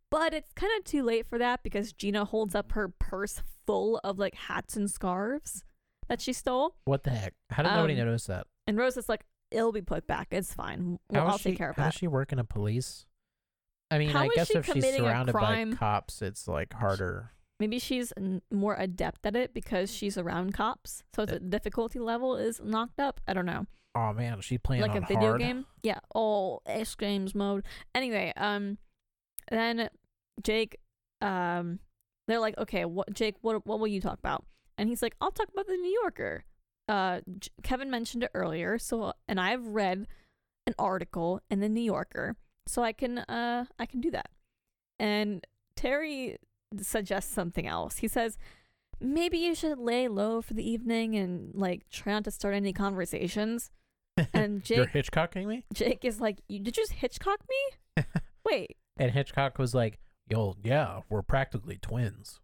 [SPEAKER 2] But it's kind of too late for that because Gina holds up her purse full of like hats and scarves that she stole,
[SPEAKER 1] What the heck? How did nobody
[SPEAKER 2] Um,
[SPEAKER 1] notice that?
[SPEAKER 2] and Rosa's like, "It'll be put back. It's fine. Well,
[SPEAKER 1] How is
[SPEAKER 2] I'll
[SPEAKER 1] she,
[SPEAKER 2] take care of
[SPEAKER 1] how
[SPEAKER 2] that."
[SPEAKER 1] is she working in police? I mean,
[SPEAKER 2] How
[SPEAKER 1] I
[SPEAKER 2] is
[SPEAKER 1] guess
[SPEAKER 2] she
[SPEAKER 1] if she's
[SPEAKER 2] committing a
[SPEAKER 1] surrounded by
[SPEAKER 2] crime?
[SPEAKER 1] cops, it's like harder.
[SPEAKER 2] maybe she's n- more adept at it because she's around cops so the difficulty level is knocked up i don't know
[SPEAKER 1] Oh man, she's playing
[SPEAKER 2] like
[SPEAKER 1] on
[SPEAKER 2] a video
[SPEAKER 1] hard.
[SPEAKER 2] game yeah all x games mode anyway um then jake um they're like okay what jake what, what will you talk about and he's like i'll talk about the new yorker uh J- kevin mentioned it earlier so and i've read an article in the new yorker so i can uh i can do that and terry suggests something else he says maybe you should lay low for the evening and like try not to start any conversations and
[SPEAKER 1] You're
[SPEAKER 2] jake
[SPEAKER 1] Hitchcocking me?
[SPEAKER 2] jake is like you did you just hitchcock me wait
[SPEAKER 1] And Hitchcock was like, "Yo, yeah, we're practically twins."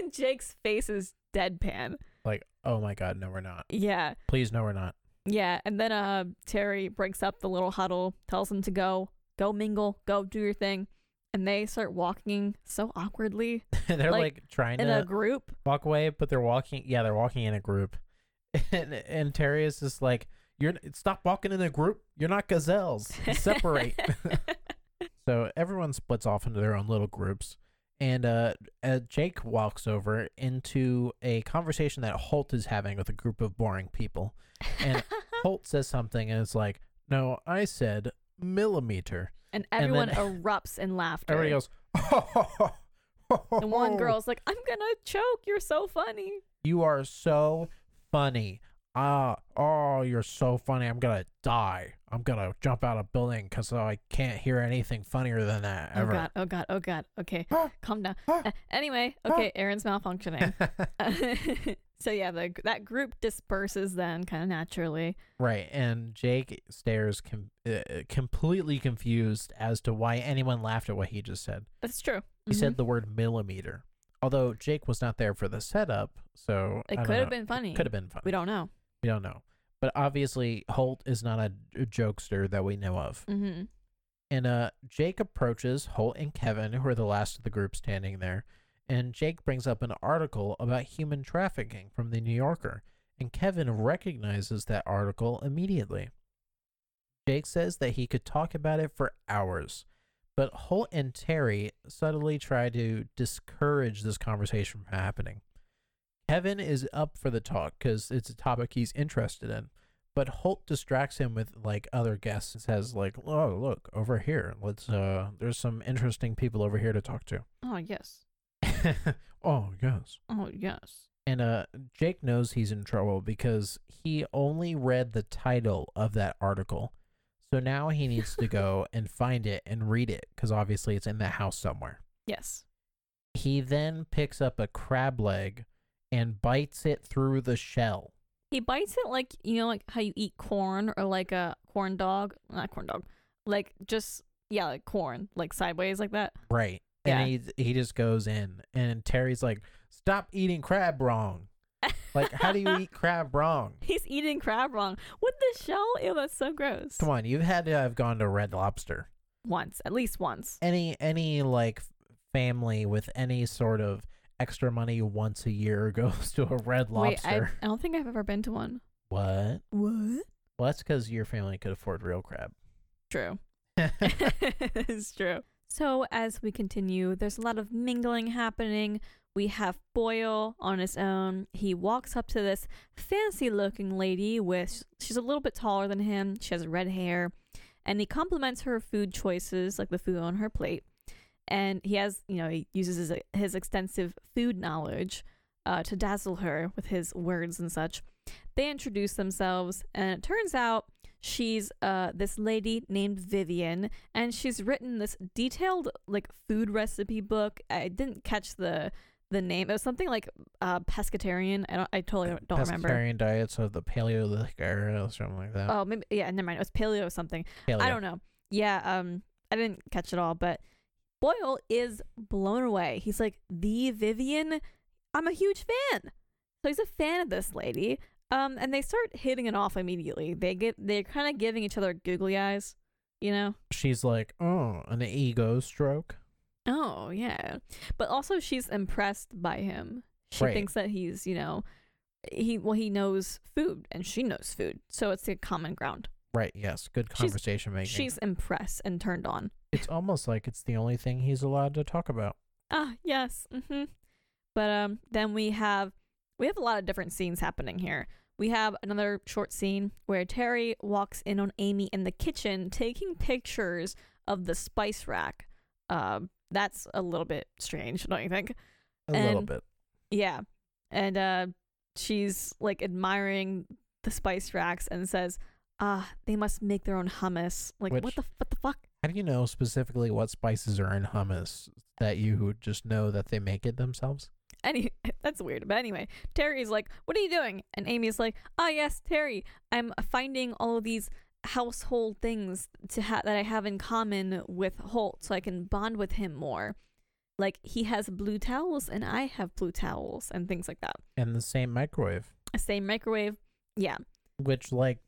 [SPEAKER 2] and jake's face is deadpan
[SPEAKER 1] Like, oh my god, no, we're not.
[SPEAKER 2] yeah
[SPEAKER 1] Please, no, we're not.
[SPEAKER 2] Yeah, and then uh Terry breaks up the little huddle, tells them to go, go mingle, go do your thing, and they start walking so awkwardly
[SPEAKER 1] they're like,
[SPEAKER 2] Like,
[SPEAKER 1] trying
[SPEAKER 2] in
[SPEAKER 1] to
[SPEAKER 2] a group.
[SPEAKER 1] walk away, but they're walking. Yeah, they're walking in a group, and and Terry is just like, You're stop walking in a group. You're not gazelles. Separate. so everyone splits off into their own little groups, and uh, uh, Jake walks over into a conversation that Holt is having with a group of boring people. And Holt says something, and it's like, "No, I said millimeter."
[SPEAKER 2] and
[SPEAKER 1] and
[SPEAKER 2] everyone
[SPEAKER 1] then-
[SPEAKER 2] erupts in laughter.
[SPEAKER 1] Everybody goes, "Oh."
[SPEAKER 2] and one girl's like, "I'm gonna choke. You're so funny."
[SPEAKER 1] You are so funny. Ah, oh, you're so funny. I'm gonna die. I'm gonna jump out of building because I can't hear anything funnier than that
[SPEAKER 2] Oh
[SPEAKER 1] ever.
[SPEAKER 2] god. Oh god. Oh god. Okay,
[SPEAKER 1] Ah,
[SPEAKER 2] calm down.
[SPEAKER 1] ah.
[SPEAKER 2] Uh, anyway, okay, Aaron's malfunctioning. so yeah, the, that group disperses then kind of naturally.
[SPEAKER 1] right, and Jake stares com- uh, completely confused as to why anyone laughed at what he just said.
[SPEAKER 2] That's true.
[SPEAKER 1] He
[SPEAKER 2] Mhm.
[SPEAKER 1] said the word millimeter, although Jake was not there for the setup, so
[SPEAKER 2] it could have been funny.
[SPEAKER 1] Could have been funny.
[SPEAKER 2] We don't know.
[SPEAKER 1] We don't know. But obviously, Holt is not a a jokester that we know of.
[SPEAKER 2] Mm-hmm.
[SPEAKER 1] And uh, Jake approaches Holt and Kevin, who are the last of the group standing there. And Jake brings up an article about human trafficking from the New Yorker. And Kevin recognizes that article immediately. Jake says that he could talk about it for hours. But Holt and Terry subtly try to discourage this conversation from happening. Kevin is up for the talk because it's a topic he's interested in. But Holt distracts him with like other guests and says, like, oh look, over here. Let's uh there's some interesting people over here to talk
[SPEAKER 2] Oh yes.
[SPEAKER 1] to. oh yes.
[SPEAKER 2] Oh yes.
[SPEAKER 1] And uh Jake knows he's in trouble because he only read the title of that article. So now he needs to go and find it and read it, because obviously it's in the house somewhere.
[SPEAKER 2] Yes.
[SPEAKER 1] He then picks up a crab leg and bites it through the shell.
[SPEAKER 2] He bites it like you know, like how you eat corn or like a corn dog, not corn dog, like just yeah, like corn, like sideways like that.
[SPEAKER 1] Right. And he he just goes in and Terry's like, Stop eating crab wrong. Like, how do you eat crab wrong?
[SPEAKER 2] He's eating crab wrong with the shell. Ew, that's so gross.
[SPEAKER 1] Come on, you've had to have gone to Red Lobster.
[SPEAKER 2] Once, at least once.
[SPEAKER 1] Any any like f- family with any sort of extra money once a year goes to a Red
[SPEAKER 2] Wait,
[SPEAKER 1] Lobster.
[SPEAKER 2] I, I don't think I've ever been to one.
[SPEAKER 1] What?
[SPEAKER 2] What?
[SPEAKER 1] Well, that's because your family could afford real crab.
[SPEAKER 2] True. it's true. So as we continue, there's a lot of mingling happening. We have Boyle on his own. He walks up to this fancy looking lady with she's a little bit taller than him. She has red hair. And he compliments her food choices, like the food on her plate. And he has, you know, he uses his, his extensive food knowledge uh, to dazzle her with his words and such. They introduce themselves, and it turns out she's uh, this lady named Vivian, and she's written this detailed like food recipe book. I didn't catch the the name. It was something like uh, pescatarian. I don't. I totally don't, don't remember.
[SPEAKER 1] Pescatarian diets of the Paleolithic era or something like that.
[SPEAKER 2] Oh, maybe yeah. Never mind. It was paleo or something. I don't know. Yeah, um, I didn't catch it all, but Boyle is blown away. He's like the Vivian. I'm a huge fan. So he's a fan of this lady. Um, and they start hitting it off immediately. They get they're kind of giving each other googly eyes, you know.
[SPEAKER 1] She's like, oh, an ego stroke.
[SPEAKER 2] Oh yeah, but also she's impressed by him. She
[SPEAKER 1] Right.
[SPEAKER 2] thinks that he's you know, he well he knows food and she knows food, so it's a common ground.
[SPEAKER 1] Right. Yes. Good
[SPEAKER 2] She's-
[SPEAKER 1] conversation making.
[SPEAKER 2] She's impressed and turned on.
[SPEAKER 1] It's almost like it's the only thing he's allowed to talk about.
[SPEAKER 2] Ah, yes. hmm But um, then we have we have a lot of different scenes happening here. We have another short scene where Terry walks in on Amy in the kitchen taking pictures of the spice rack. Um, that's a little bit strange, don't you think?
[SPEAKER 1] A little
[SPEAKER 2] And-
[SPEAKER 1] bit.
[SPEAKER 2] Yeah. And uh, she's like admiring the spice racks and says, "Ah, they must make their own hummus." Like,
[SPEAKER 1] Which-
[SPEAKER 2] what the what the fuck?
[SPEAKER 1] How do you know specifically what spices are in hummus that you just know that they make it themselves?
[SPEAKER 2] any that's weird but anyway terry's like what are you doing and amy's like ah yes terry i'm finding all of these household things to ha- that i have in common with holt so i can bond with him more like he has blue towels and i have blue towels and things like that
[SPEAKER 1] And the same microwave,
[SPEAKER 2] same microwave yeah
[SPEAKER 1] which like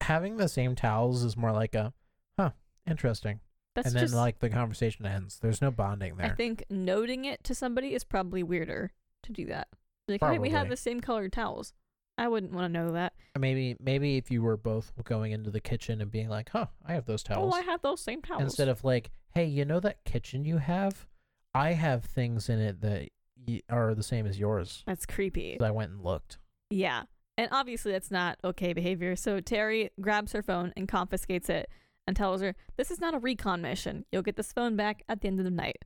[SPEAKER 1] having the same towels is more like a, huh, interesting.
[SPEAKER 2] that's
[SPEAKER 1] and then
[SPEAKER 2] just
[SPEAKER 1] like the conversation ends. There's no bonding
[SPEAKER 2] i
[SPEAKER 1] there.
[SPEAKER 2] think noting it to somebody is probably weirder to do that like hey, we have
[SPEAKER 1] Probably.
[SPEAKER 2] the same colored towels I wouldn't want to know that.
[SPEAKER 1] Or Maybe maybe if you were both going into the kitchen and being like, "Huh, I have those towels,"
[SPEAKER 2] Oh, I have those same towels.
[SPEAKER 1] instead of like, "Hey, you know that kitchen you have? I have things in it that y- are the same as yours."
[SPEAKER 2] That's creepy.
[SPEAKER 1] 'Cause I went and looked.
[SPEAKER 2] Yeah. And obviously, that's not okay behavior. So Terry grabs her phone and confiscates it and tells her, This is not a recon mission. You'll get this phone back at the end of the night.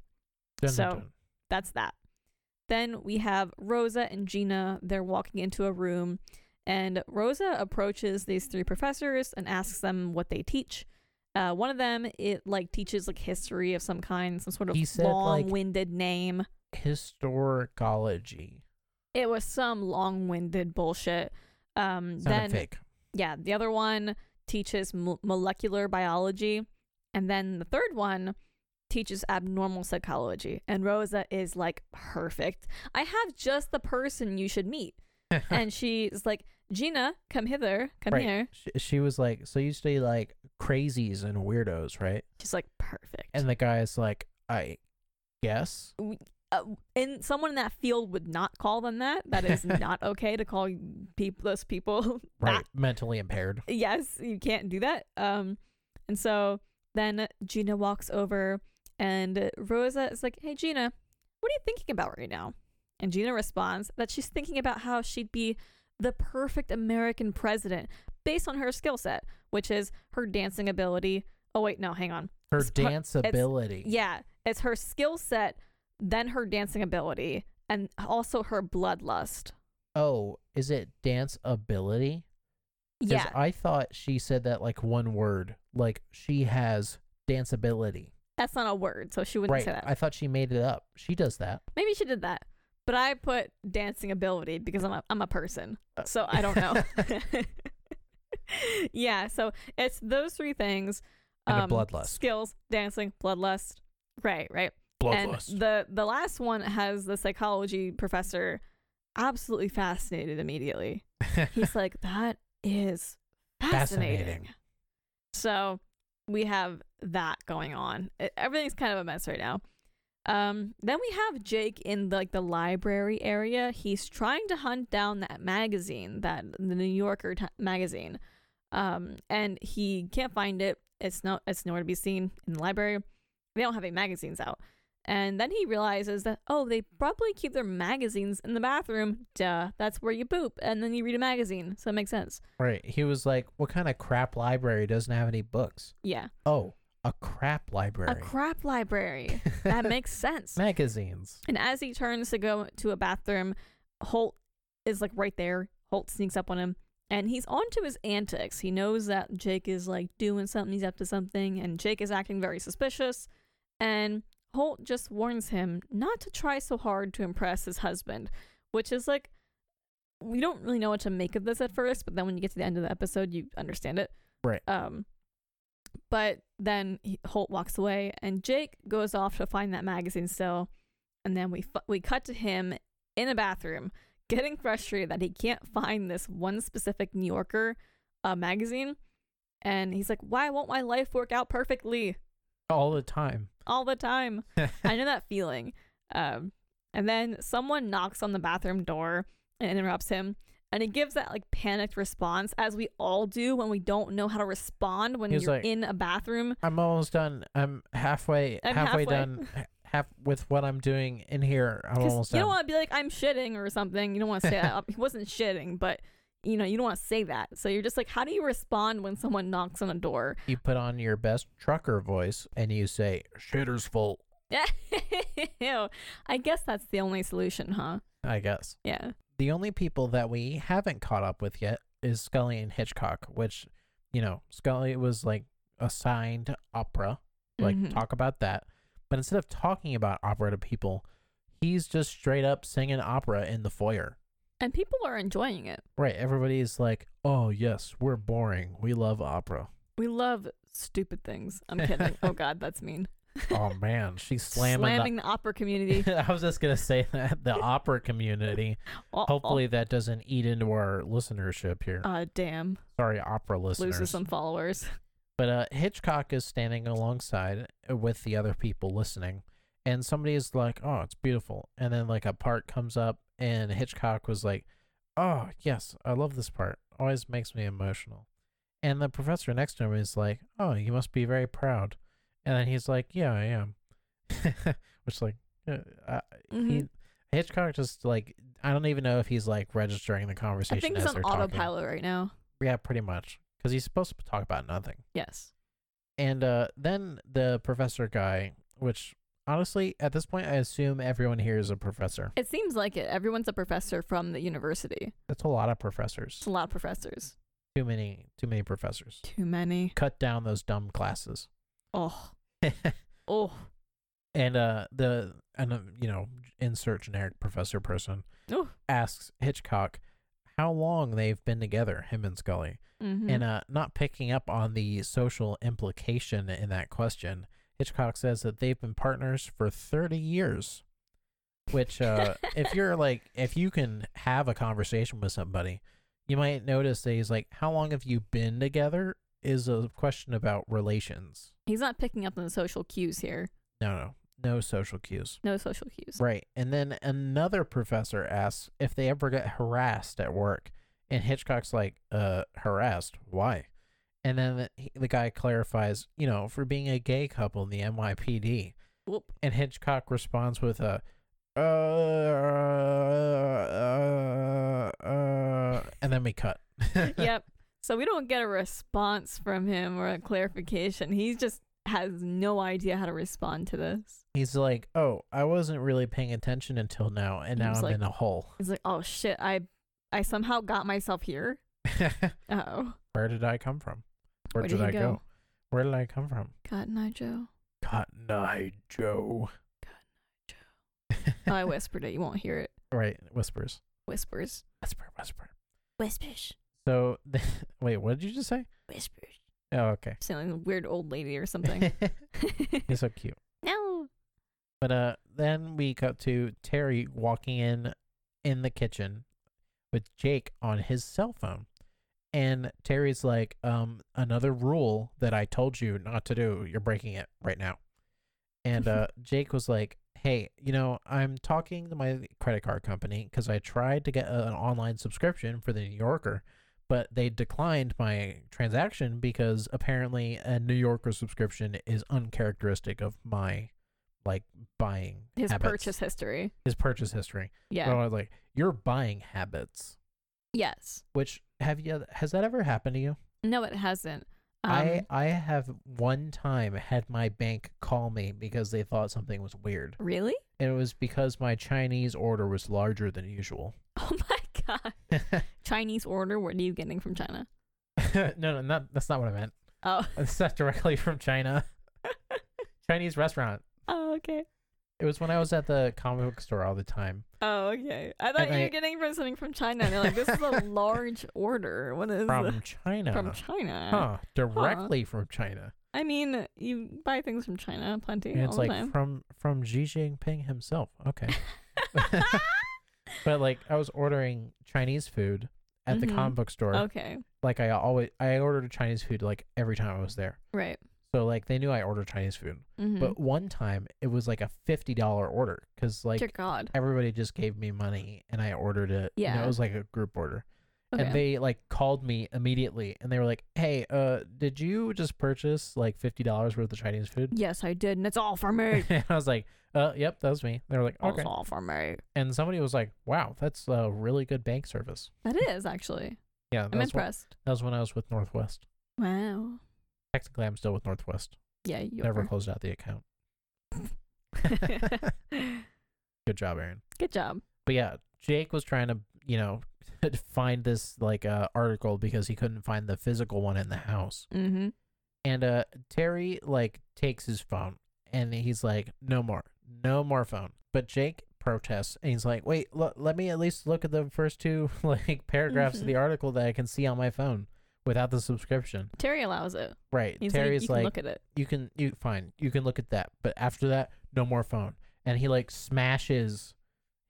[SPEAKER 1] Dun, dun,
[SPEAKER 2] So-
[SPEAKER 1] dun.
[SPEAKER 2] That's that. Then we have Rosa and Gina. They're walking into a room, and Rosa approaches these three professors and asks them what they teach. Uh, one of them it like teaches like history of some kind, some sort of
[SPEAKER 1] He said, like-
[SPEAKER 2] long-winded name.
[SPEAKER 1] historicology.
[SPEAKER 2] It was some long-winded bullshit. Um,
[SPEAKER 1] Sounded
[SPEAKER 2] then
[SPEAKER 1] fake.
[SPEAKER 2] yeah, the other one teaches mo- molecular biology, and then the third one teaches abnormal psychology. And Rosa is like perfect. I have just the person you should meet. and she's like, Gina, come hither, come
[SPEAKER 1] Right.
[SPEAKER 2] here.
[SPEAKER 1] She, she was like, "So you study like crazies and weirdos, right?"
[SPEAKER 2] She's like perfect.
[SPEAKER 1] And the guy's like, "I guess."
[SPEAKER 2] uh, and someone in that field would not call them that. That is not okay to call people those people
[SPEAKER 1] Right,
[SPEAKER 2] that.
[SPEAKER 1] mentally impaired.
[SPEAKER 2] yes, you can't do that. Um, and so then Gina walks over, and Rosa is like, "Hey, Gina, what are you thinking about right now?" And Gina responds that she's thinking about how she'd be the perfect American president based on her skill set, which is her dancing ability. Oh wait, no, hang on.
[SPEAKER 1] Her
[SPEAKER 2] It's pro-
[SPEAKER 1] dance ability.
[SPEAKER 2] Yeah, it's her skill set, then her dancing ability, and also her bloodlust.
[SPEAKER 1] Oh, is it dance ability? 'Cause
[SPEAKER 2] Yeah,
[SPEAKER 1] I thought she said that like one word. Like she has dance ability.
[SPEAKER 2] that's not a word, so she wouldn't
[SPEAKER 1] Right.
[SPEAKER 2] say that.
[SPEAKER 1] I thought she made it up. She does that.
[SPEAKER 2] Maybe she did that, but I put dancing ability because I'm a, I'm a person,
[SPEAKER 1] Oh.
[SPEAKER 2] so I don't know. yeah, so it's those three things: um,
[SPEAKER 1] And a bloodlust.
[SPEAKER 2] skills, dancing, bloodlust. Right, right. And
[SPEAKER 1] Bloodlust.
[SPEAKER 2] the the last one has the psychology professor absolutely fascinated immediately. He's like, "That is fascinating."
[SPEAKER 1] Fascinating.
[SPEAKER 2] So we have that going on. E- Everything's kind of a mess right now. Um, then we have Jake in like the library area. He's trying to hunt down that magazine, that the New Yorker t- magazine, um, and he can't find it. It's not. It's nowhere to be seen in the library. They don't have any magazines out. And then he realizes that oh, they probably keep their magazines in the bathroom. Duh, that's where you poop, and then you read a magazine. So it makes sense.
[SPEAKER 1] right. He was like, "What kind of crap library doesn't have any books?"
[SPEAKER 2] Yeah,
[SPEAKER 1] Oh, a crap library.
[SPEAKER 2] a crap library. that makes sense.
[SPEAKER 1] magazines.
[SPEAKER 2] And as he turns to go to a bathroom, Holt is like right there. Holt sneaks up on him and he's on to his antics. He knows that Jake is like doing something, he's up to something, and Jake is acting very suspicious. And Holt just warns him not to try so hard to impress his husband, which is like, we don't really know what to make of this at first, but then when you get to the end of the episode, you understand it.
[SPEAKER 1] Right.
[SPEAKER 2] Um, but then he, Holt walks away, and Jake goes off to find that magazine still and then we fu- we cut to him in a bathroom getting frustrated that he can't find this one specific New Yorker uh, magazine and he's like why won't my life work out perfectly
[SPEAKER 1] All the time.
[SPEAKER 2] all the time I know that feeling um and then someone knocks on the bathroom door and interrupts him and he gives that like panicked response as we all do when we don't know how to respond when
[SPEAKER 1] He's
[SPEAKER 2] you're
[SPEAKER 1] like-
[SPEAKER 2] in a bathroom
[SPEAKER 1] I'm almost done. I'm halfway
[SPEAKER 2] I'm
[SPEAKER 1] halfway,
[SPEAKER 2] halfway.
[SPEAKER 1] done h- half with what I'm doing in here. I'm
[SPEAKER 2] Because
[SPEAKER 1] almost
[SPEAKER 2] you
[SPEAKER 1] done.
[SPEAKER 2] don't want to be like, I'm shitting or something. You don't want to say that. Um, He wasn't shitting, but you know, you don't want to say that. So you're just like, how do you respond when someone knocks on a door?
[SPEAKER 1] you put on your best trucker voice and you say, "Shitter's full."
[SPEAKER 2] Ew. I guess that's the only solution, huh?
[SPEAKER 1] I guess
[SPEAKER 2] Yeah.
[SPEAKER 1] the only people that we haven't caught up with yet is Scully and Hitchcock, which you know Scully was like assigned opera. Like
[SPEAKER 2] Mhm.
[SPEAKER 1] talk about that, but instead of talking about opera to people, he's just straight up singing opera in the foyer.
[SPEAKER 2] And people are enjoying it.
[SPEAKER 1] Right, everybody's like, "Oh yes, we're boring. We love opera."
[SPEAKER 2] We love stupid things. I'm kidding. oh, God, that's mean.
[SPEAKER 1] Oh man, she's slamming.
[SPEAKER 2] the, opera community.
[SPEAKER 1] The- I was just gonna say that the opera community.
[SPEAKER 2] Uh-oh.
[SPEAKER 1] Hopefully that doesn't eat into our listenership here.
[SPEAKER 2] Uh, damn.
[SPEAKER 1] Sorry, opera
[SPEAKER 2] Loses
[SPEAKER 1] listeners.
[SPEAKER 2] some followers.
[SPEAKER 1] But uh, Hitchcock is standing alongside uh, with the other people listening, and somebody is like, "Oh, it's beautiful," and then like a part comes up, and Hitchcock was like, oh, yes, I love this part. Always makes me emotional. And the professor next to him is like, oh, you must be very proud. And then he's like, yeah, I am. Which, like, uh, I, he,
[SPEAKER 2] Mhm.
[SPEAKER 1] Hitchcock just, like, I don't even know if he's, like, registering the conversation.
[SPEAKER 2] I think he's
[SPEAKER 1] as
[SPEAKER 2] on
[SPEAKER 1] they're talking.
[SPEAKER 2] autopilot right now.
[SPEAKER 1] Yeah, pretty much. Because he's supposed to talk about nothing.
[SPEAKER 2] Yes.
[SPEAKER 1] And uh, then the professor guy, which honestly, at this point, I assume everyone here is a professor.
[SPEAKER 2] It seems like it. Everyone's a professor from the university.
[SPEAKER 1] That's a lot of
[SPEAKER 2] It's
[SPEAKER 1] professors.
[SPEAKER 2] a lot of professors.
[SPEAKER 1] Too many, too many professors.
[SPEAKER 2] Too many.
[SPEAKER 1] Cut down those dumb classes.
[SPEAKER 2] Oh, oh.
[SPEAKER 1] and uh, the and uh, you know, insert generic professor person
[SPEAKER 2] Oh.
[SPEAKER 1] asks Hitchcock how long they've been together, him and Scully.
[SPEAKER 2] Mm-hmm.
[SPEAKER 1] And uh, not picking up on the social implication in that question, Hitchcock says that they've been partners for 30 years. Which, uh, if you're like, if you can have a conversation with somebody, you might notice that he's like, How long have you been together? is a question about relations.
[SPEAKER 2] He's not picking up on the social cues here.
[SPEAKER 1] No, no, no social cues.
[SPEAKER 2] No social cues.
[SPEAKER 1] Right. And then another professor asks if they ever get harassed at work. And Hitchcock's like, uh, harassed? Why? And then the, he- the guy clarifies, you know, for being a gay couple in the NYPD.
[SPEAKER 2] Whoop.
[SPEAKER 1] And Hitchcock responds with a, uh, uh, uh, uh, and then we cut.
[SPEAKER 2] yep. So we don't get a response from him or a clarification. He just has no idea how to respond to this.
[SPEAKER 1] He's like, oh, I wasn't really paying attention until now, and
[SPEAKER 2] He
[SPEAKER 1] now
[SPEAKER 2] was
[SPEAKER 1] I'm
[SPEAKER 2] like-
[SPEAKER 1] in a hole.
[SPEAKER 2] He's like, "Oh shit, I I somehow got myself here." Oh.
[SPEAKER 1] Where did I come from? Where,
[SPEAKER 2] Where
[SPEAKER 1] did,
[SPEAKER 2] did
[SPEAKER 1] I
[SPEAKER 2] you
[SPEAKER 1] go?
[SPEAKER 2] go?
[SPEAKER 1] Where did I come from?
[SPEAKER 2] Cotton Eye Joe.
[SPEAKER 1] Cotton Eye Joe.
[SPEAKER 2] Oh, I whispered it. You won't hear it.
[SPEAKER 1] right, whispers.
[SPEAKER 2] Whispers.
[SPEAKER 1] Whisper, whisper.
[SPEAKER 2] Whispers.
[SPEAKER 1] So, wait, what did you just say?
[SPEAKER 2] Whispers.
[SPEAKER 1] Oh, okay.
[SPEAKER 2] Sounding like a weird old lady or something.
[SPEAKER 1] He's so cute.
[SPEAKER 2] no.
[SPEAKER 1] But uh, then we cut to Terry walking in in the kitchen with Jake on his cell phone. And Terry's like, um, another rule that I told you not to do, you're breaking it right now. And uh, Jake was like, hey, you know, I'm talking to my credit card company because I tried to get a- an online subscription for the New Yorker, but they declined my transaction because apparently a New Yorker subscription is uncharacteristic of my like buying
[SPEAKER 2] His
[SPEAKER 1] habits,
[SPEAKER 2] purchase history.
[SPEAKER 1] his purchase history.
[SPEAKER 2] Yeah.
[SPEAKER 1] So I was like, your buying habits.
[SPEAKER 2] yes.
[SPEAKER 1] Which have you has that ever happened to you?
[SPEAKER 2] No, it hasn't. Um,
[SPEAKER 1] I I have one time had my bank call me because they thought something was weird.
[SPEAKER 2] really?
[SPEAKER 1] And it was because my Chinese order was larger than usual.
[SPEAKER 2] Oh my god. Chinese order. What are you getting from China?
[SPEAKER 1] no, no, not, that's not what I meant.
[SPEAKER 2] Oh.
[SPEAKER 1] That's not directly from China. Chinese restaurant.
[SPEAKER 2] oh okay.
[SPEAKER 1] It was when I was at the comic book store all the time.
[SPEAKER 2] Oh okay. I thought you
[SPEAKER 1] I-
[SPEAKER 2] were getting from something from China. And they're like, this is a large order. What is
[SPEAKER 1] From China.
[SPEAKER 2] this? from China?
[SPEAKER 1] Huh. Directly from China.
[SPEAKER 2] I mean, you buy things from China plenty
[SPEAKER 1] And
[SPEAKER 2] all
[SPEAKER 1] it's
[SPEAKER 2] the
[SPEAKER 1] like
[SPEAKER 2] time.
[SPEAKER 1] from from Xi Jinping himself. Okay. But like I was ordering Chinese food at the
[SPEAKER 2] Mhm.
[SPEAKER 1] comic book store.
[SPEAKER 2] okay,
[SPEAKER 1] Like I always I ordered Chinese food like every time I was there.
[SPEAKER 2] right.
[SPEAKER 1] So like they knew I ordered Chinese food.
[SPEAKER 2] Mm-hmm.
[SPEAKER 1] But one time it was like a fifty dollar order because like
[SPEAKER 2] Dear God.
[SPEAKER 1] everybody just gave me money and I ordered it. you know,
[SPEAKER 2] Yeah.
[SPEAKER 1] it was like a group order.
[SPEAKER 2] Okay.
[SPEAKER 1] And they like called me immediately and they were like, Hey, uh, did you just purchase like fifty dollars worth of Chinese food?
[SPEAKER 2] yes, I did, and it's all for me.
[SPEAKER 1] and I was like, Uh, yep, that was me. They were like,
[SPEAKER 2] Oh,
[SPEAKER 1] Okay.
[SPEAKER 2] It's all for me.
[SPEAKER 1] And somebody was like, Wow, that's a really good bank service.
[SPEAKER 2] That is actually.
[SPEAKER 1] Yeah,
[SPEAKER 2] I'm
[SPEAKER 1] that's
[SPEAKER 2] impressed.
[SPEAKER 1] That was when I was with Northwest.
[SPEAKER 2] Wow.
[SPEAKER 1] Technically, I'm still with Northwest.
[SPEAKER 2] Yeah, you
[SPEAKER 1] Never
[SPEAKER 2] are.
[SPEAKER 1] closed out the account. Good job, Aaron.
[SPEAKER 2] Good job.
[SPEAKER 1] But yeah, Jake was trying to, you know, find this like uh, article because he couldn't find the physical one in the house.
[SPEAKER 2] Mm-hmm.
[SPEAKER 1] And uh, Terry like takes his phone and he's like, "No more, no more phone." But Jake protests and he's like, "Wait, l- let me at least look at the first two like paragraphs
[SPEAKER 2] Mhm.
[SPEAKER 1] of the article that I can see on my phone without the subscription."
[SPEAKER 2] Terry allows it.
[SPEAKER 1] Right?
[SPEAKER 2] He's
[SPEAKER 1] Terry's
[SPEAKER 2] like, you can look at it.
[SPEAKER 1] you can you fine you can look at that but after that no more phone and he like smashes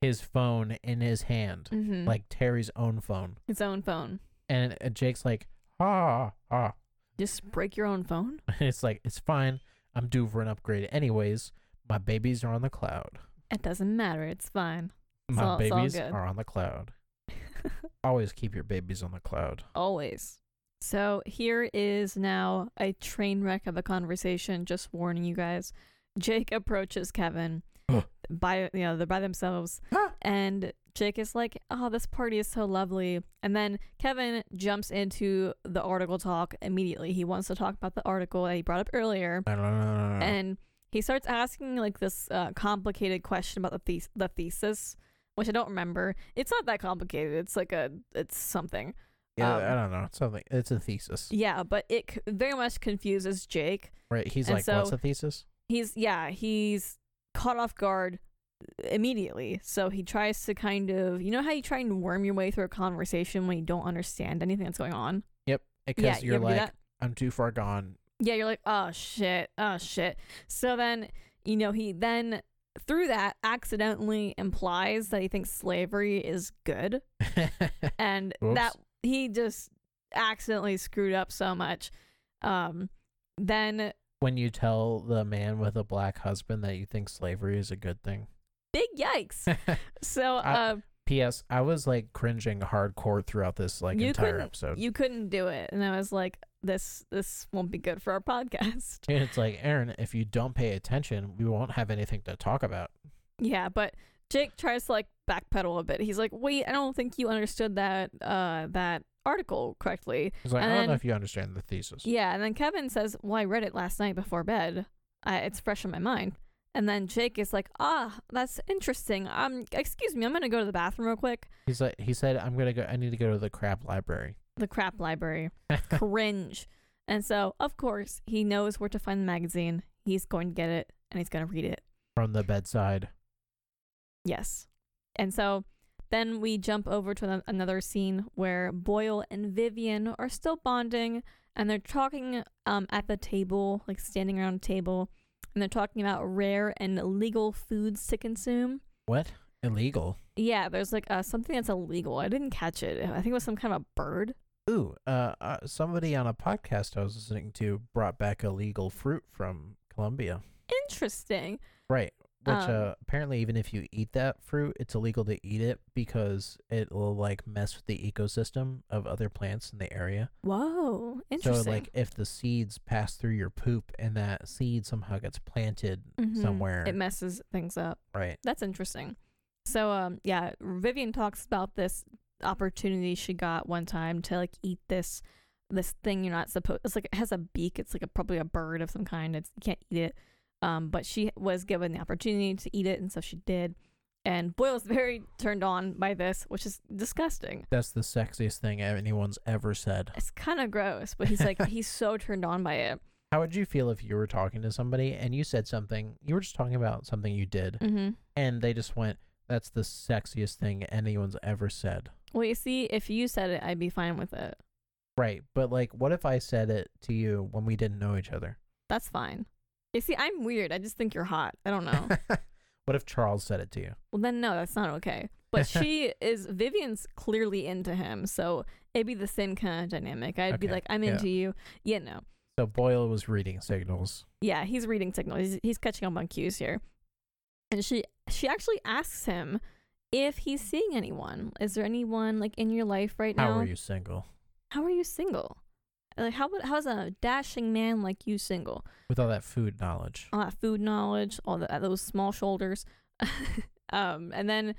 [SPEAKER 1] his phone in his hand
[SPEAKER 2] Mm-hmm.
[SPEAKER 1] like terry's own phone
[SPEAKER 2] his own phone.
[SPEAKER 1] and uh, jake's like ah ah
[SPEAKER 2] Just break your own phone.
[SPEAKER 1] it's like it's fine i'm due for an upgrade anyways my babies are on the cloud
[SPEAKER 2] It doesn't matter. It's fine.
[SPEAKER 1] my
[SPEAKER 2] all- it's all
[SPEAKER 1] babies
[SPEAKER 2] good.
[SPEAKER 1] are on the cloud Always keep your babies on the cloud.
[SPEAKER 2] Always. So here is now a train wreck of a conversation. Just warning you guys. Jake approaches Kevin
[SPEAKER 1] Ugh.
[SPEAKER 2] by you know they're by themselves,
[SPEAKER 1] Huh?
[SPEAKER 2] and Jake is like, "Oh, this party is so lovely." And then Kevin jumps into the article talk immediately. He wants to talk about the article that he brought up earlier,
[SPEAKER 1] No, no, no, no, no.
[SPEAKER 2] and he starts asking like this uh, complicated question about the, thes the thesis, which I don't remember. It's not that complicated. It's like a it's something.
[SPEAKER 1] yeah,
[SPEAKER 2] um,
[SPEAKER 1] I don't know. Something. It's a thesis,
[SPEAKER 2] Yeah, but it c- very much confuses Jake.
[SPEAKER 1] right? He's
[SPEAKER 2] and
[SPEAKER 1] like, "What's
[SPEAKER 2] so-
[SPEAKER 1] a thesis?"
[SPEAKER 2] He's yeah, he's caught off guard immediately. So he tries to kind of you know how you try and worm your way through a conversation when you don't understand anything that's going on.
[SPEAKER 1] Yep. Because
[SPEAKER 2] yeah, you
[SPEAKER 1] you're
[SPEAKER 2] ever do
[SPEAKER 1] like,
[SPEAKER 2] that?
[SPEAKER 1] "I'm too far gone."
[SPEAKER 2] Yeah, you're like, oh shit, oh shit. So then, you know, he then through that accidentally implies that he thinks slavery is good, and
[SPEAKER 1] Whoops.
[SPEAKER 2] that he just accidentally screwed up so much. Um, then
[SPEAKER 1] when you tell the man with a black husband that you think slavery is a good thing.
[SPEAKER 2] big yikes. So
[SPEAKER 1] I-
[SPEAKER 2] uh,
[SPEAKER 1] P.S. I was like cringing hardcore throughout this like
[SPEAKER 2] You
[SPEAKER 1] entire
[SPEAKER 2] couldn't-
[SPEAKER 1] episode.
[SPEAKER 2] you couldn't do it, and I was like, this this won't be good for our podcast.
[SPEAKER 1] And it's like, Aaron, if you don't pay attention, we won't have anything to talk about.
[SPEAKER 2] Yeah, but Jake tries to like backpedal a bit. He's like, wait, I don't think you understood that uh that article correctly.
[SPEAKER 1] It's like,
[SPEAKER 2] And
[SPEAKER 1] I don't know
[SPEAKER 2] then-
[SPEAKER 1] if you understand the thesis.
[SPEAKER 2] Yeah, and then Kevin says, "Well, I read it last night before bed. Uh, it's fresh in my mind." And then Jake is like, "Ah, that's interesting. Um, excuse me, I'm gonna go to the bathroom real quick.
[SPEAKER 1] He's like, he said, I'm gonna go. I need to go to the crab library.
[SPEAKER 2] The crap library, cringe." And so, of course, he knows where to find the magazine. He's going to get it, and he's gonna read it.
[SPEAKER 1] From the bedside.
[SPEAKER 2] Yes. And so, then we jump over to ano- another scene where Boyle and Vivian are still bonding, and they're talking um, at the table, like standing around a table, and they're talking about rare and illegal foods to consume.
[SPEAKER 1] What? Illegal.
[SPEAKER 2] Yeah, there's like uh, something that's illegal. I didn't catch it. I think it was some kind of a bird.
[SPEAKER 1] Ooh, uh, uh, somebody on a podcast I was listening to brought back illegal fruit from Colombia.
[SPEAKER 2] Interesting.
[SPEAKER 1] Right. Which
[SPEAKER 2] Um,
[SPEAKER 1] uh, apparently, even if you eat that fruit, it's illegal to eat it because it will like mess with the ecosystem of other plants in the area.
[SPEAKER 2] Whoa,
[SPEAKER 1] So,
[SPEAKER 2] interesting.
[SPEAKER 1] like, if the seeds pass through your poop and that seed somehow gets planted
[SPEAKER 2] Mhm.
[SPEAKER 1] somewhere,
[SPEAKER 2] it messes things up.
[SPEAKER 1] right?
[SPEAKER 2] That's interesting. So um yeah, Vivian talks about this opportunity she got one time to like eat this this thing you're not supposed it's like it has a beak, it's like a probably a bird of some kind. It's you can't eat it. Um but she was given the opportunity to eat it and so she did. And Boyle's very turned on by this, which is disgusting.
[SPEAKER 1] That's the sexiest thing anyone's ever said.
[SPEAKER 2] It's kind of gross, but he's like he's so turned on by it.
[SPEAKER 1] How would you feel if you were talking to somebody and you said something, you were just talking about something you did,
[SPEAKER 2] Mm-hmm.
[SPEAKER 1] and they just went, That's the sexiest thing anyone's ever said.
[SPEAKER 2] Well, you see, if you said it, I'd be fine with it.
[SPEAKER 1] Right. But, like, what if I said it to you when we didn't know each other?
[SPEAKER 2] That's fine. You see, I'm weird. I just think you're hot. I don't know.
[SPEAKER 1] what if Charles said it to you?
[SPEAKER 2] Well, then no, that's not okay. But she is Vivian's clearly into him, so it'd be the same kind of dynamic. I'd be
[SPEAKER 1] Okay,
[SPEAKER 2] like, I'm
[SPEAKER 1] yeah.
[SPEAKER 2] into you. Yeah, no,
[SPEAKER 1] So, Boyle was reading signals.
[SPEAKER 2] yeah, he's reading signals. He's, he's catching up on cues here, and she she actually asks him if he's seeing anyone. Is there anyone like in your life right
[SPEAKER 1] How
[SPEAKER 2] now?
[SPEAKER 1] are you single?
[SPEAKER 2] How are you single? Like how would- how's a dashing man like you single?
[SPEAKER 1] With all that food knowledge.
[SPEAKER 2] all that food knowledge, all the, those small shoulders. um, and then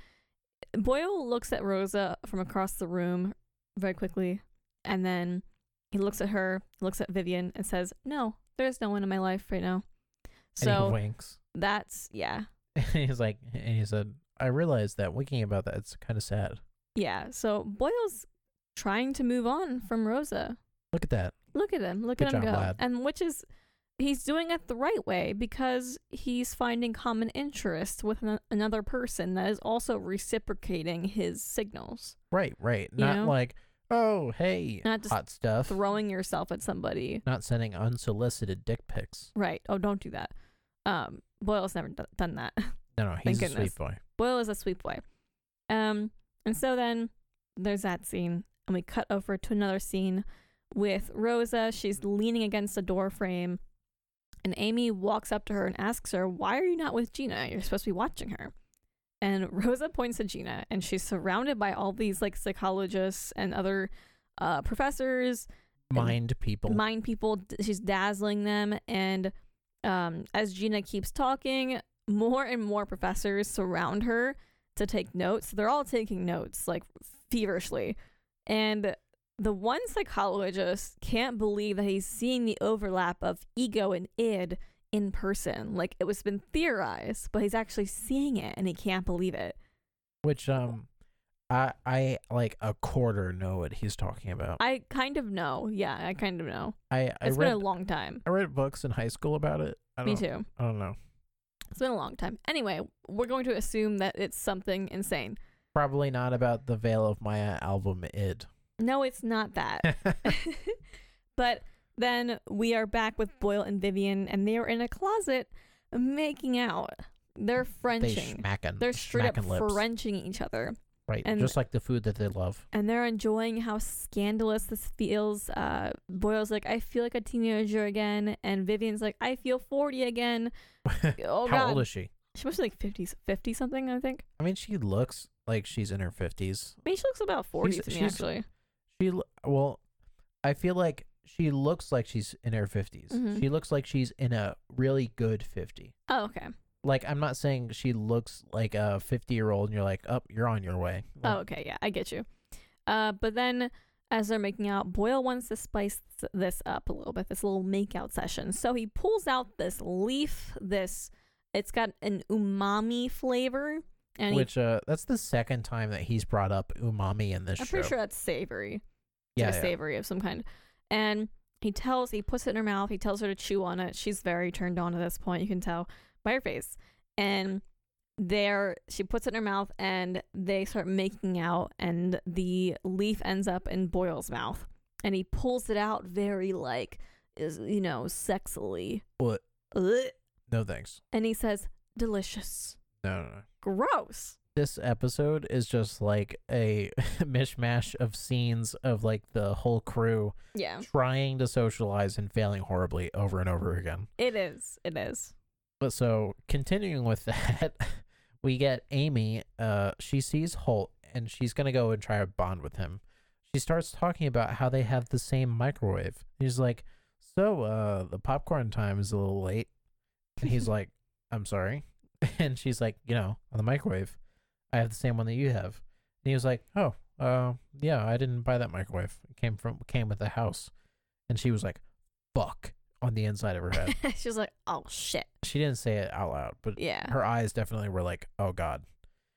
[SPEAKER 2] Boyle looks at Rosa from across the room very quickly, and then he looks at her, looks at Vivian, and says, "No, there's no one in my life right now."
[SPEAKER 1] and he
[SPEAKER 2] So
[SPEAKER 1] winks.
[SPEAKER 2] that's yeah,
[SPEAKER 1] And he's like, and he said, I realized that winking about that, it's kind of sad.
[SPEAKER 2] yeah. So Boyle's trying to move on from Rosa.
[SPEAKER 1] Look at that.
[SPEAKER 2] Look at him, look
[SPEAKER 1] Good
[SPEAKER 2] at him
[SPEAKER 1] job,
[SPEAKER 2] go,
[SPEAKER 1] lad.
[SPEAKER 2] and which is. He's doing it the right way because he's finding common interest with an- another person that is also reciprocating his signals.
[SPEAKER 1] Right, right. Not
[SPEAKER 2] know?
[SPEAKER 1] like, oh, hey,
[SPEAKER 2] Not just
[SPEAKER 1] hot stuff.
[SPEAKER 2] throwing yourself at somebody.
[SPEAKER 1] Not sending unsolicited dick pics.
[SPEAKER 2] Right. Oh, don't do that. Um, Boyle's never d- done that.
[SPEAKER 1] No, no, he's a
[SPEAKER 2] Thank
[SPEAKER 1] sweet
[SPEAKER 2] goodness.
[SPEAKER 1] boy.
[SPEAKER 2] Boyle is a sweet boy. Um, and so then there's that scene, and we cut over to another scene with Rosa. She's leaning against a door frame, and Amy walks up to her and asks her, "Why are you not with Gina? You're supposed to be watching her." And Rosa points to Gina, and she's surrounded by all these like psychologists and other uh, professors,
[SPEAKER 1] Mind people.
[SPEAKER 2] mind people. D- She's dazzling them, and um, as Gina keeps talking, more and more professors surround her to take notes. They're all taking notes like feverishly, and the one psychologist can't believe that he's seeing the overlap of ego and id in person. Like it was been theorized, but he's actually seeing it, and he can't believe it.
[SPEAKER 1] which um, I I like a quarter know what he's talking about.
[SPEAKER 2] I kind of know. Yeah, I kind of know.
[SPEAKER 1] I I
[SPEAKER 2] It's
[SPEAKER 1] read
[SPEAKER 2] been a long time.
[SPEAKER 1] I read books in high school about it. I
[SPEAKER 2] Me
[SPEAKER 1] don't,
[SPEAKER 2] too.
[SPEAKER 1] I don't know.
[SPEAKER 2] It's been a long time. Anyway, we're going to assume that it's something insane.
[SPEAKER 1] Probably not about the Veil of Maya album id.
[SPEAKER 2] No, it's not that. but then we are back with Boyle and Vivian, and they are in a closet making out. They're
[SPEAKER 1] they
[SPEAKER 2] Frenching.
[SPEAKER 1] smacking.
[SPEAKER 2] They are straight up
[SPEAKER 1] smacking lips.
[SPEAKER 2] Frenching each other.
[SPEAKER 1] Right.
[SPEAKER 2] and-
[SPEAKER 1] just like the food that they love.
[SPEAKER 2] And they're enjoying how scandalous this feels. Uh, Boyle's like, I feel like a teenager again. And Vivian's like, I feel 40 again.
[SPEAKER 1] How
[SPEAKER 2] Oh, God.
[SPEAKER 1] old is she?
[SPEAKER 2] she must be like 50, 50 something, I think.
[SPEAKER 1] I mean, she looks like she's in her fifties.
[SPEAKER 2] I mean, she looks about 40
[SPEAKER 1] She's-
[SPEAKER 2] to me,
[SPEAKER 1] she's-
[SPEAKER 2] actually.
[SPEAKER 1] She l- well, I feel like she looks like she's in her 50s
[SPEAKER 2] Mhm.
[SPEAKER 1] She looks like she's in a really good fifty.
[SPEAKER 2] Oh, okay.
[SPEAKER 1] Like I'm not saying she looks like a fifty year old, and you're like, oh, you're on your way.
[SPEAKER 2] Oh,
[SPEAKER 1] Like,
[SPEAKER 2] okay. Yeah, I get you. Uh, but then as they're making out, Boyle wants to spice th- this up a little bit, this little makeout session. So he pulls out this leaf, this, it's got an umami flavor. And
[SPEAKER 1] Which uh, that's the second time that he's brought up umami in this
[SPEAKER 2] he, I'm
[SPEAKER 1] show.
[SPEAKER 2] pretty sure that's savory. It's
[SPEAKER 1] yeah,
[SPEAKER 2] like a
[SPEAKER 1] yeah.
[SPEAKER 2] savory of some kind. And he tells, he puts it in her mouth. He tells her to chew on it. She's very turned on at this point. You can tell by her face. And there, she puts it in her mouth, and they start making out. And the leaf ends up in Boyle's mouth, and he pulls it out very like, is you know, sexily.
[SPEAKER 1] What?
[SPEAKER 2] Ugh.
[SPEAKER 1] No thanks.
[SPEAKER 2] And he says, "Delicious."
[SPEAKER 1] No, no, no.
[SPEAKER 2] Gross.
[SPEAKER 1] This episode is just like a mishmash of scenes of like the whole crew
[SPEAKER 2] Yeah,
[SPEAKER 1] trying to socialize and failing horribly over and over again.
[SPEAKER 2] it is. It is.
[SPEAKER 1] But so continuing with that, we get Amy. Uh, she sees Holt and she's gonna go and try to bond with him. She starts talking about how they have the same microwave. He's like, "So, uh, the popcorn time is a little late," and he's like, "I'm sorry," and she's like, "You know, on the microwave, I have the same one that you have." And he was like, "Oh, uh, yeah, I didn't buy that microwave. It came from came with the house," and she was like, "Fuck." On the inside of her head,
[SPEAKER 2] She's like, "Oh shit."
[SPEAKER 1] she didn't say it out loud, but
[SPEAKER 2] Yeah.
[SPEAKER 1] her eyes definitely were like, "Oh God."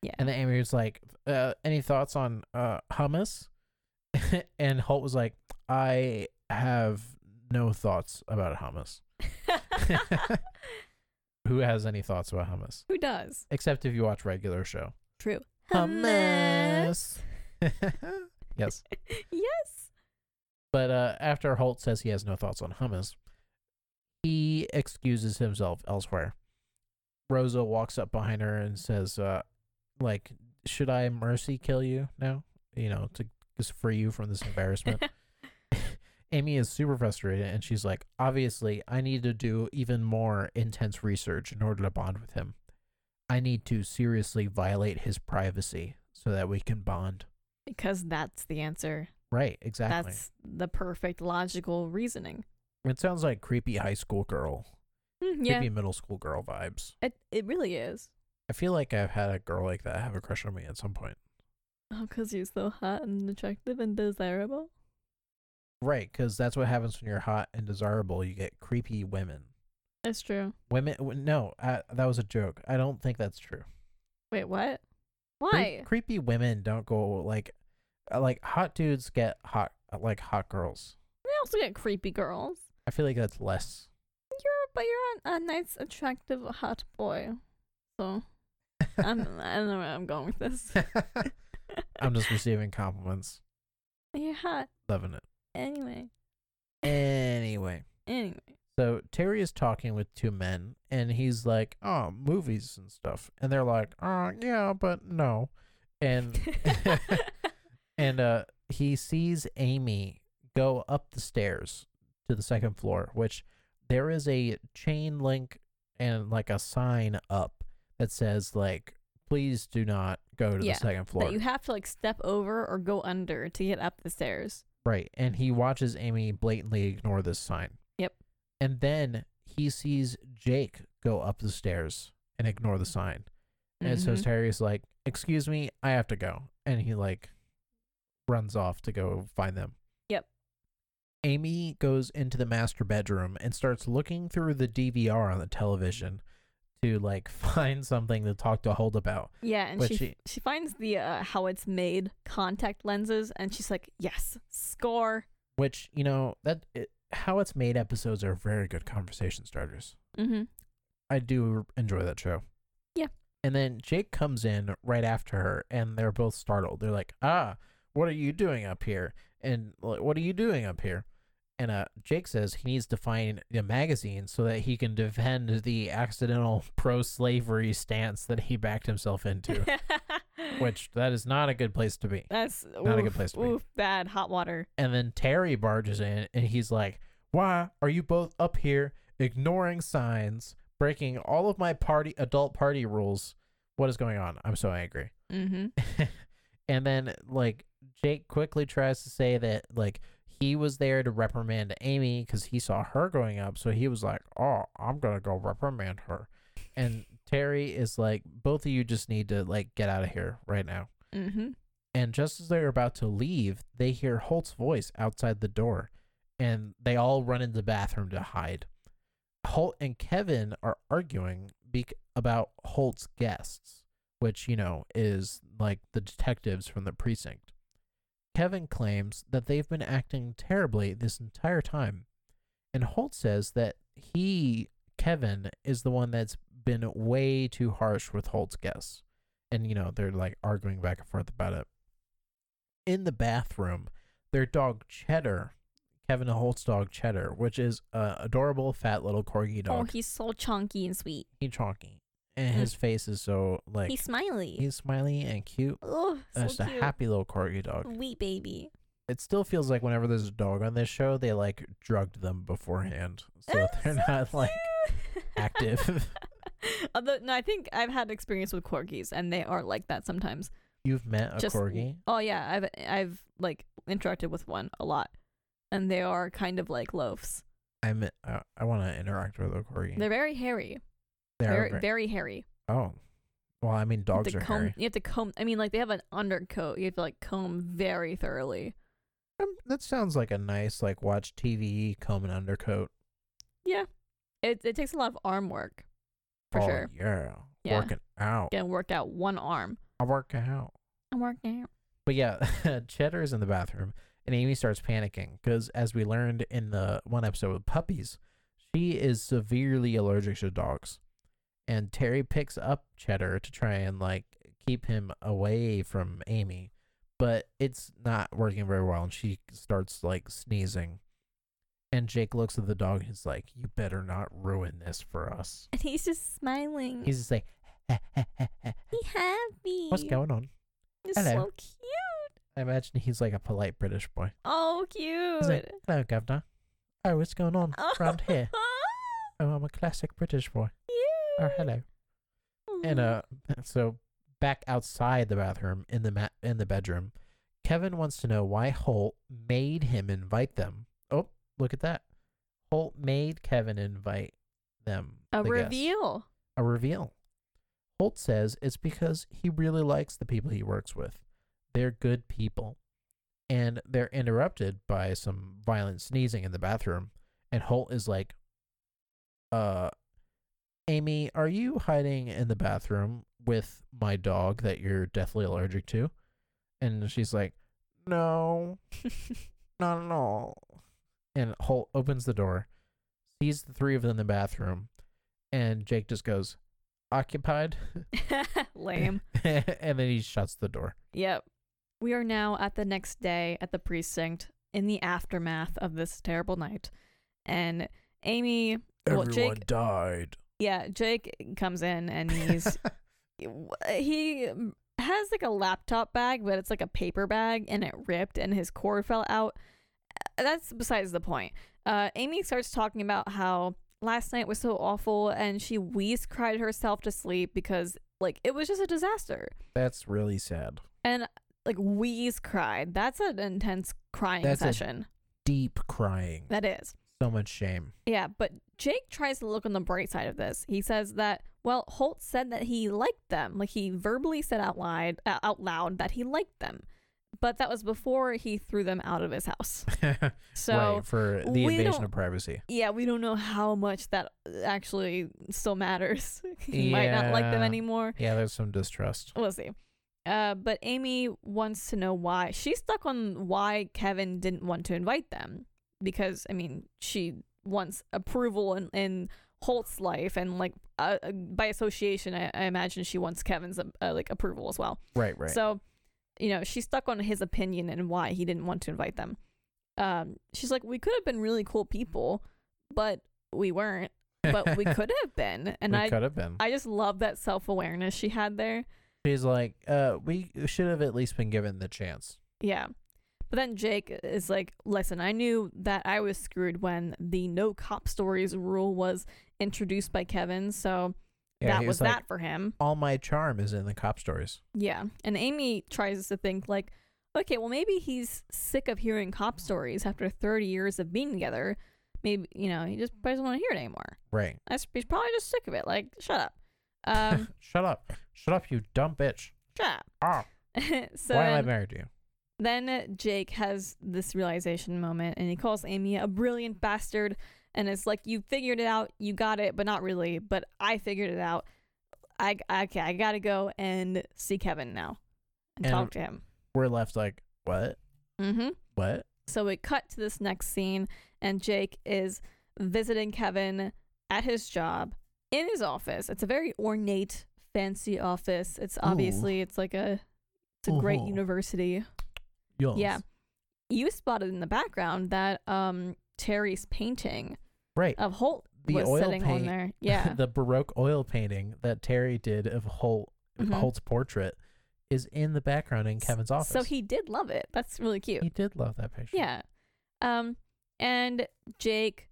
[SPEAKER 2] Yeah.
[SPEAKER 1] And then Amy was like, uh, "Any thoughts on uh, hummus?" and Holt was like, "I have no thoughts about hummus. Who has any thoughts about hummus?
[SPEAKER 2] Who does?
[SPEAKER 1] Except if you watch regular show."
[SPEAKER 2] True.
[SPEAKER 1] Hummus. yes.
[SPEAKER 2] yes.
[SPEAKER 1] But uh, after Holt says he has no thoughts on hummus, he excuses himself elsewhere. Rosa walks up behind her and says, uh, "Like, should I mercy kill you now? You know, to just free you from this embarrassment." Amy is super frustrated, and she's like, "Obviously, I need to do even more intense research in order to bond with him. I need to seriously violate his privacy so that we can bond."
[SPEAKER 2] because that's the answer.
[SPEAKER 1] Right? Exactly.
[SPEAKER 2] That's the perfect logical reasoning.
[SPEAKER 1] It sounds like creepy high school girl,
[SPEAKER 2] Mm, yeah.
[SPEAKER 1] creepy middle school girl vibes.
[SPEAKER 2] It, it really is.
[SPEAKER 1] I feel like I've had a girl like that have a crush on me at some point.
[SPEAKER 2] Oh, because you're so hot and attractive and desirable.
[SPEAKER 1] Right, because that's what happens when you're hot and desirable. You get creepy women.
[SPEAKER 2] That's true.
[SPEAKER 1] Women, w- no, I, that was a joke. I don't think that's true.
[SPEAKER 2] Wait, what?
[SPEAKER 1] Cre-
[SPEAKER 2] Why?
[SPEAKER 1] creepy women don't go like, uh, like hot dudes get hot uh, like hot girls.
[SPEAKER 2] They also get creepy girls.
[SPEAKER 1] I feel like that's less.
[SPEAKER 2] You're, but you're a, a nice, attractive, hot boy. So I'm, I don't know where I'm going with this.
[SPEAKER 1] I'm just receiving compliments,
[SPEAKER 2] You're hot
[SPEAKER 1] loving it.
[SPEAKER 2] anyway.
[SPEAKER 1] Anyway.
[SPEAKER 2] Anyway.
[SPEAKER 1] So Terry is talking with two men, and he's like, "Oh, movies and stuff," and they're like, "Oh, yeah, but no," and and uh, he sees Amy go up the stairs to the second floor, which there is a chain link and like a sign up that says like please do not go to
[SPEAKER 2] Yeah,
[SPEAKER 1] the second floor.
[SPEAKER 2] That you have to like step over or go under to get up the stairs.
[SPEAKER 1] Right. And he watches Amy blatantly ignore this sign.
[SPEAKER 2] Yep.
[SPEAKER 1] And then he sees Jake go up the stairs and ignore the sign. And so
[SPEAKER 2] Mhm.
[SPEAKER 1] Terry's like, Excuse me, I have to go. And he like runs off to go find them.
[SPEAKER 2] Yep.
[SPEAKER 1] Amy goes into the master bedroom and starts looking through the DVR on the television to like find something to talk to Hold about.
[SPEAKER 2] yeah, and
[SPEAKER 1] but
[SPEAKER 2] she,
[SPEAKER 1] she-
[SPEAKER 2] she finds the uh, how it's made contact lenses, and she's like, yes, score.
[SPEAKER 1] Which, you know, that it, how it's made episodes are very good conversation starters.
[SPEAKER 2] Mm-hmm.
[SPEAKER 1] I do enjoy that show.
[SPEAKER 2] Yeah.
[SPEAKER 1] And then Jake comes in right after her, and they're both startled. They're like, "Ah, what are you doing up here?" And like, "What are you doing up here?" And uh, Jake says he needs to find a magazine so that he can defend the accidental pro-slavery stance that he backed himself into. which that is not a good place to be.
[SPEAKER 2] that's
[SPEAKER 1] not a good
[SPEAKER 2] oof,
[SPEAKER 1] place to be.
[SPEAKER 2] oof, bad hot water.
[SPEAKER 1] And then Terry barges in and he's like, Why are you both up here ignoring signs, breaking all of my party adult party rules? What is going on? I'm so angry.
[SPEAKER 2] Mm-hmm.
[SPEAKER 1] and then like Jake quickly tries to say that like he was there to reprimand Amy because he saw her going up, so he was like, "Oh, I'm gonna go reprimand her," and Terry is like, "Both of you just need to like get out of here right now."
[SPEAKER 2] Mm-hmm.
[SPEAKER 1] And just as they're about to leave, they hear Holt's voice outside the door, and they all run into the bathroom to hide. Holt and Kevin are arguing bec- about Holt's guests, which, you know, is like the detectives from the precinct. Kevin claims that they've been acting terribly this entire time, and Holt says that he, Kevin, is the one that's been way too harsh with Holt's guests. And, you know, they're like arguing back and forth about it in the bathroom, their dog Cheddar, Kevin Holt's dog Cheddar, which is a adorable fat little corgi
[SPEAKER 2] Oh,
[SPEAKER 1] dog.
[SPEAKER 2] he's so chunky and sweet.
[SPEAKER 1] he's chonky, and his face is so like
[SPEAKER 2] he's
[SPEAKER 1] he's,
[SPEAKER 2] smiley.
[SPEAKER 1] smiley and cute.
[SPEAKER 2] oh, so
[SPEAKER 1] Just
[SPEAKER 2] cute. Mm.
[SPEAKER 1] a happy little corgi dog.
[SPEAKER 2] sweet baby.
[SPEAKER 1] It still feels like whenever there's a dog on this show, they like drugged them beforehand, so that
[SPEAKER 2] That's
[SPEAKER 1] they're
[SPEAKER 2] so
[SPEAKER 1] not like
[SPEAKER 2] cute.
[SPEAKER 1] active.
[SPEAKER 2] Although no, I think I've had experience with corgis, and they are like that sometimes.
[SPEAKER 1] you've met a
[SPEAKER 2] Just-
[SPEAKER 1] corgi.
[SPEAKER 2] Oh yeah, I've I've like interacted with one a lot, and they are kind of like loafs.
[SPEAKER 1] I'm. I, uh, I want to interact with a corgi.
[SPEAKER 2] They're very hairy,
[SPEAKER 1] They're
[SPEAKER 2] very
[SPEAKER 1] ver-
[SPEAKER 2] very hairy.
[SPEAKER 1] oh, well, I mean,
[SPEAKER 2] You have
[SPEAKER 1] dogs
[SPEAKER 2] to
[SPEAKER 1] are
[SPEAKER 2] comb,
[SPEAKER 1] hairy.
[SPEAKER 2] You have to comb. I mean, like they have an undercoat. You have to like comb very thoroughly.
[SPEAKER 1] Um, that sounds like a nice like watch TV comb and undercoat.
[SPEAKER 2] Yeah, it it takes a lot of arm work, for
[SPEAKER 1] oh,
[SPEAKER 2] sure.
[SPEAKER 1] Yeah.
[SPEAKER 2] Yeah.
[SPEAKER 1] Working out.
[SPEAKER 2] Can work out one arm.
[SPEAKER 1] I work out.
[SPEAKER 2] I'm working out.
[SPEAKER 1] But yeah, Cheddar is in the bathroom and Amy starts panicking because as we learned in the one episode with puppies, she is severely allergic to dogs. And Terry picks up Cheddar to try and like keep him away from Amy, but it's not working very well and she starts like sneezing. And Jake looks at the dog and is like, You better not ruin this for us.
[SPEAKER 2] And he's just smiling.
[SPEAKER 1] He's just like,
[SPEAKER 2] He happy.
[SPEAKER 1] What's going on?
[SPEAKER 2] It's
[SPEAKER 1] Hello.
[SPEAKER 2] so cute.
[SPEAKER 1] I imagine he's like a polite British boy.
[SPEAKER 2] Oh,
[SPEAKER 1] He's like,
[SPEAKER 2] cute.
[SPEAKER 1] Hello, Governor. Oh, what's going on round here? Oh, I'm a classic British boy. Oh, hello. And uh, so back outside the bathroom in the ma- in the bedroom, Kevin wants to know why Holt made him invite them. Oh, look at that! Holt made Kevin invite them.
[SPEAKER 2] a
[SPEAKER 1] the guests.
[SPEAKER 2] reveal.
[SPEAKER 1] A reveal. Holt says it's because he really likes the people he works with. They're good people. And they're interrupted by some violent sneezing in the bathroom. And Holt is like, uh, Amy, are you hiding in the bathroom with my dog that you're deathly allergic to? And she's like, no, not at all. And Holt opens the door, sees the three of them in the bathroom, and Jake just goes, occupied.
[SPEAKER 2] Lame.
[SPEAKER 1] and then he shuts the door.
[SPEAKER 2] Yep. We are now at the next day at the precinct in the aftermath of this terrible night. And Amy, well, Jake,
[SPEAKER 1] died.
[SPEAKER 2] yeah, Jake comes in and he's, he has like a laptop bag, but it's like a paper bag and it ripped and his cord fell out. Uh, That's besides the point. Uh, Amy starts talking about how last night was so awful and she wheeze cried herself to sleep because Like it was just a disaster.
[SPEAKER 1] That's really sad.
[SPEAKER 2] And like Wheeze cried. That's an intense crying
[SPEAKER 1] That's a-
[SPEAKER 2] session.
[SPEAKER 1] Deep crying.
[SPEAKER 2] that is.
[SPEAKER 1] So much shame.
[SPEAKER 2] Yeah, but Jake tries to look on the bright side of this. He says that well, Holt said that he liked them. Like he verbally said out loud, uh, out loud that he liked them. But that was before he threw them out of his house. So
[SPEAKER 1] right, for the
[SPEAKER 2] we
[SPEAKER 1] invasion
[SPEAKER 2] don't-
[SPEAKER 1] of privacy.
[SPEAKER 2] yeah, we don't know how much that uh, actually still matters. he might not like them
[SPEAKER 1] Yeah.
[SPEAKER 2] anymore.
[SPEAKER 1] Yeah, there's some distrust.
[SPEAKER 2] We'll see. Uh, but Amy wants to know why. She's stuck on why Kevin didn't want to invite them because I mean she wants approval in, in Holt's life and like uh, uh, by association, I, I imagine she wants Kevin's uh, uh, like approval as well.
[SPEAKER 1] Right, right.
[SPEAKER 2] So, you know, she's stuck on his opinion and why he didn't want to invite them. Um, she's like, we could have been really cool people, but we weren't. But we could have been, and
[SPEAKER 1] we
[SPEAKER 2] I,
[SPEAKER 1] could have been.
[SPEAKER 2] I just love that self awareness she had there.
[SPEAKER 1] She's like, uh, we should have at least been given the chance.
[SPEAKER 2] Yeah. But then Jake is like, listen, I knew that I was screwed when the no cop stories rule was introduced by Kevin, so
[SPEAKER 1] Yeah,
[SPEAKER 2] that
[SPEAKER 1] he
[SPEAKER 2] was
[SPEAKER 1] like,
[SPEAKER 2] that for him.
[SPEAKER 1] All my charm is in the cop stories.
[SPEAKER 2] Yeah. And Amy tries to think like, okay, well maybe he's sick of hearing cop stories after 30 years of being together. Maybe, you know, he just doesn't want to hear it anymore.
[SPEAKER 1] Right.
[SPEAKER 2] That's, he's probably just sick of it. Like, shut up. Um,
[SPEAKER 1] Shut up. Shut up, you dumb bitch.
[SPEAKER 2] shut up.
[SPEAKER 1] Ah,
[SPEAKER 2] so
[SPEAKER 1] why am I
[SPEAKER 2] then-
[SPEAKER 1] married to you?
[SPEAKER 2] Then Jake has this realization moment and he calls Amy a brilliant bastard and it's like you figured it out, you got it, but not really, but I figured it out. I okay, I got to go and see Kevin now and,
[SPEAKER 1] And-
[SPEAKER 2] talk to him.
[SPEAKER 1] We're left like, what?
[SPEAKER 2] Mhm.
[SPEAKER 1] What?
[SPEAKER 2] So we cut to this next scene and Jake is visiting Kevin at his job in his office. It's a very ornate, fancy office. It's obviously it's like a it's a great
[SPEAKER 1] Ooh.
[SPEAKER 2] university.
[SPEAKER 1] Yes.
[SPEAKER 2] Yeah. you spotted in the background that um Terry's painting
[SPEAKER 1] Right.
[SPEAKER 2] of Holt
[SPEAKER 1] The
[SPEAKER 2] was
[SPEAKER 1] oil
[SPEAKER 2] sitting on
[SPEAKER 1] paint-
[SPEAKER 2] there. Yeah.
[SPEAKER 1] the Baroque oil painting that Terry did of Holt,
[SPEAKER 2] Mhm.
[SPEAKER 1] Holt's portrait is in the background in Kevin's office.
[SPEAKER 2] So he did love it. That's really cute.
[SPEAKER 1] he did love that picture.
[SPEAKER 2] Yeah. Um and Jake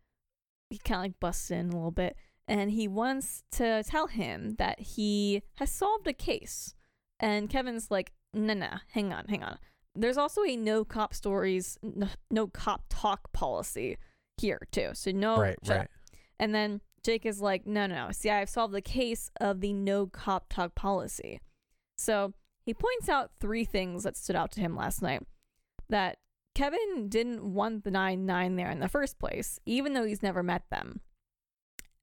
[SPEAKER 2] he kind of like busts in a little bit and he wants to tell him that he has solved a case. And Kevin's like, "No, no, hang on, hang on." There's also a no cop stories no, no cop talk policy here too. So no
[SPEAKER 1] right,
[SPEAKER 2] shut up.
[SPEAKER 1] right.
[SPEAKER 2] And then Jake is like, no, no, no. See, I've solved the case of the no cop talk policy. So he points out three things that stood out to him last night that Kevin didn't want the 9 9 there in the first place, even though he's never met them.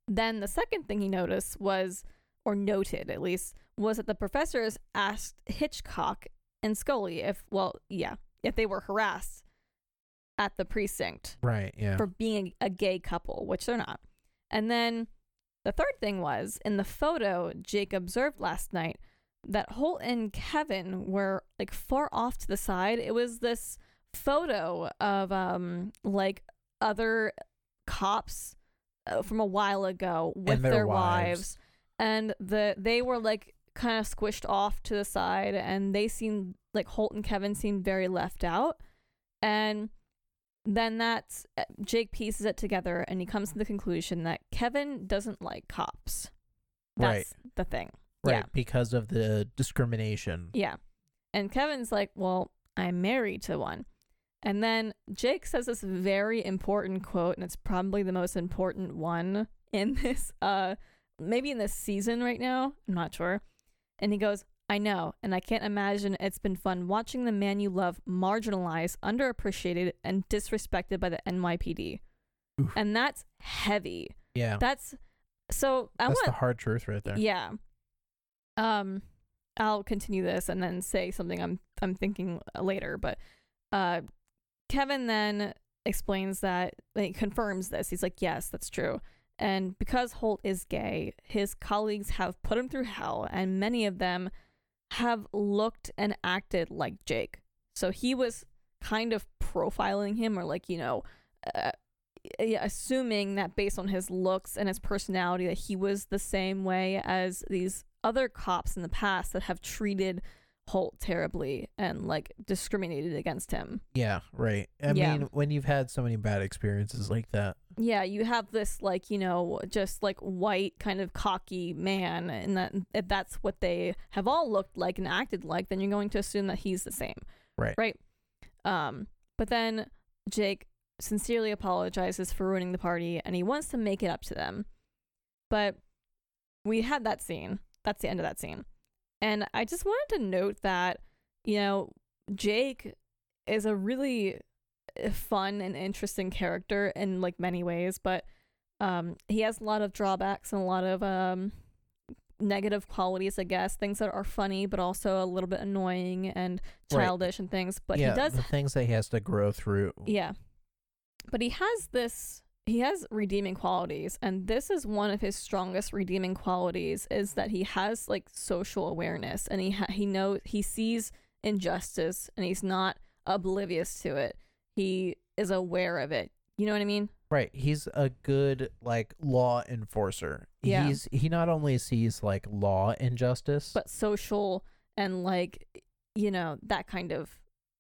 [SPEAKER 2] Then the second thing he noticed was, or noted at least, was that the professors asked Hitchcock and Scully if, well, yeah, if they were harassed at the precinct
[SPEAKER 1] Right, yeah.
[SPEAKER 2] for being a gay couple, which they're not. And then the third thing was in the photo Jake observed last night that Holt and Kevin were like far off to the side. It was this photo of um like other cops uh, from a while ago with
[SPEAKER 1] their wives.
[SPEAKER 2] wives. and the they were like kind of squished off to the side and they seemed like Holt and Kevin seemed very left out and then that's uh, Jake pieces it together and he comes to the conclusion that Kevin doesn't like cops. That's the thing.
[SPEAKER 1] right.
[SPEAKER 2] yeah.
[SPEAKER 1] Because of the discrimination.
[SPEAKER 2] Yeah. And Kevin's like, Well, I'm married to one. And then Jake says this very important quote, and it's probably the most important one in this uh maybe in this season right now. I'm not sure. And he goes, I know, and I can't imagine it's been fun watching the man you love marginalized, underappreciated, and disrespected by the NYPD.
[SPEAKER 1] Oof.
[SPEAKER 2] And that's heavy.
[SPEAKER 1] Yeah.
[SPEAKER 2] That's so I
[SPEAKER 1] That's
[SPEAKER 2] want
[SPEAKER 1] the hard truth right there.
[SPEAKER 2] yeah. Um, I'll continue this and then say something I'm I'm thinking later. But uh, Kevin then explains that like confirms this. He's like, yes, that's true. And because Holt is gay, his colleagues have put him through hell, and many of them have looked and acted like Jake. So he was kind of profiling him, or like you know, uh, yeah, assuming that based on his looks and his personality that he was the same way as these other cops in the past that have treated Holt terribly and like discriminated against him.
[SPEAKER 1] Yeah, right. I
[SPEAKER 2] Yeah.
[SPEAKER 1] mean, when you've had so many bad experiences like that,
[SPEAKER 2] yeah, you have this like you know just like white kind of cocky man, and that if that's what they have all looked like and acted like, then you're going to assume that he's the same,
[SPEAKER 1] Right.
[SPEAKER 2] Right. Um, but then Jake sincerely apologizes for ruining the party, and he wants to make it up to them, but we had that scene. That's the end of that scene, and I just wanted to note that you know Jake is a really a fun and interesting character in like many ways, but um, he has a lot of drawbacks and a lot of um, negative qualities, I guess. Things that are funny, but also a little bit annoying and
[SPEAKER 1] Right.
[SPEAKER 2] childish and things. But
[SPEAKER 1] yeah,
[SPEAKER 2] he does,
[SPEAKER 1] the things that he has to grow through.
[SPEAKER 2] yeah. But he has this. He has redeeming qualities, and this is one of his strongest redeeming qualities: is that he has like social awareness, and he ha- he knows he sees injustice, and he's not oblivious to it. He is aware of it. You know what I mean?
[SPEAKER 1] Right. He's a good like law enforcer.
[SPEAKER 2] Yeah.
[SPEAKER 1] He's he not only sees like law injustice,
[SPEAKER 2] But social and like, you know, that kind of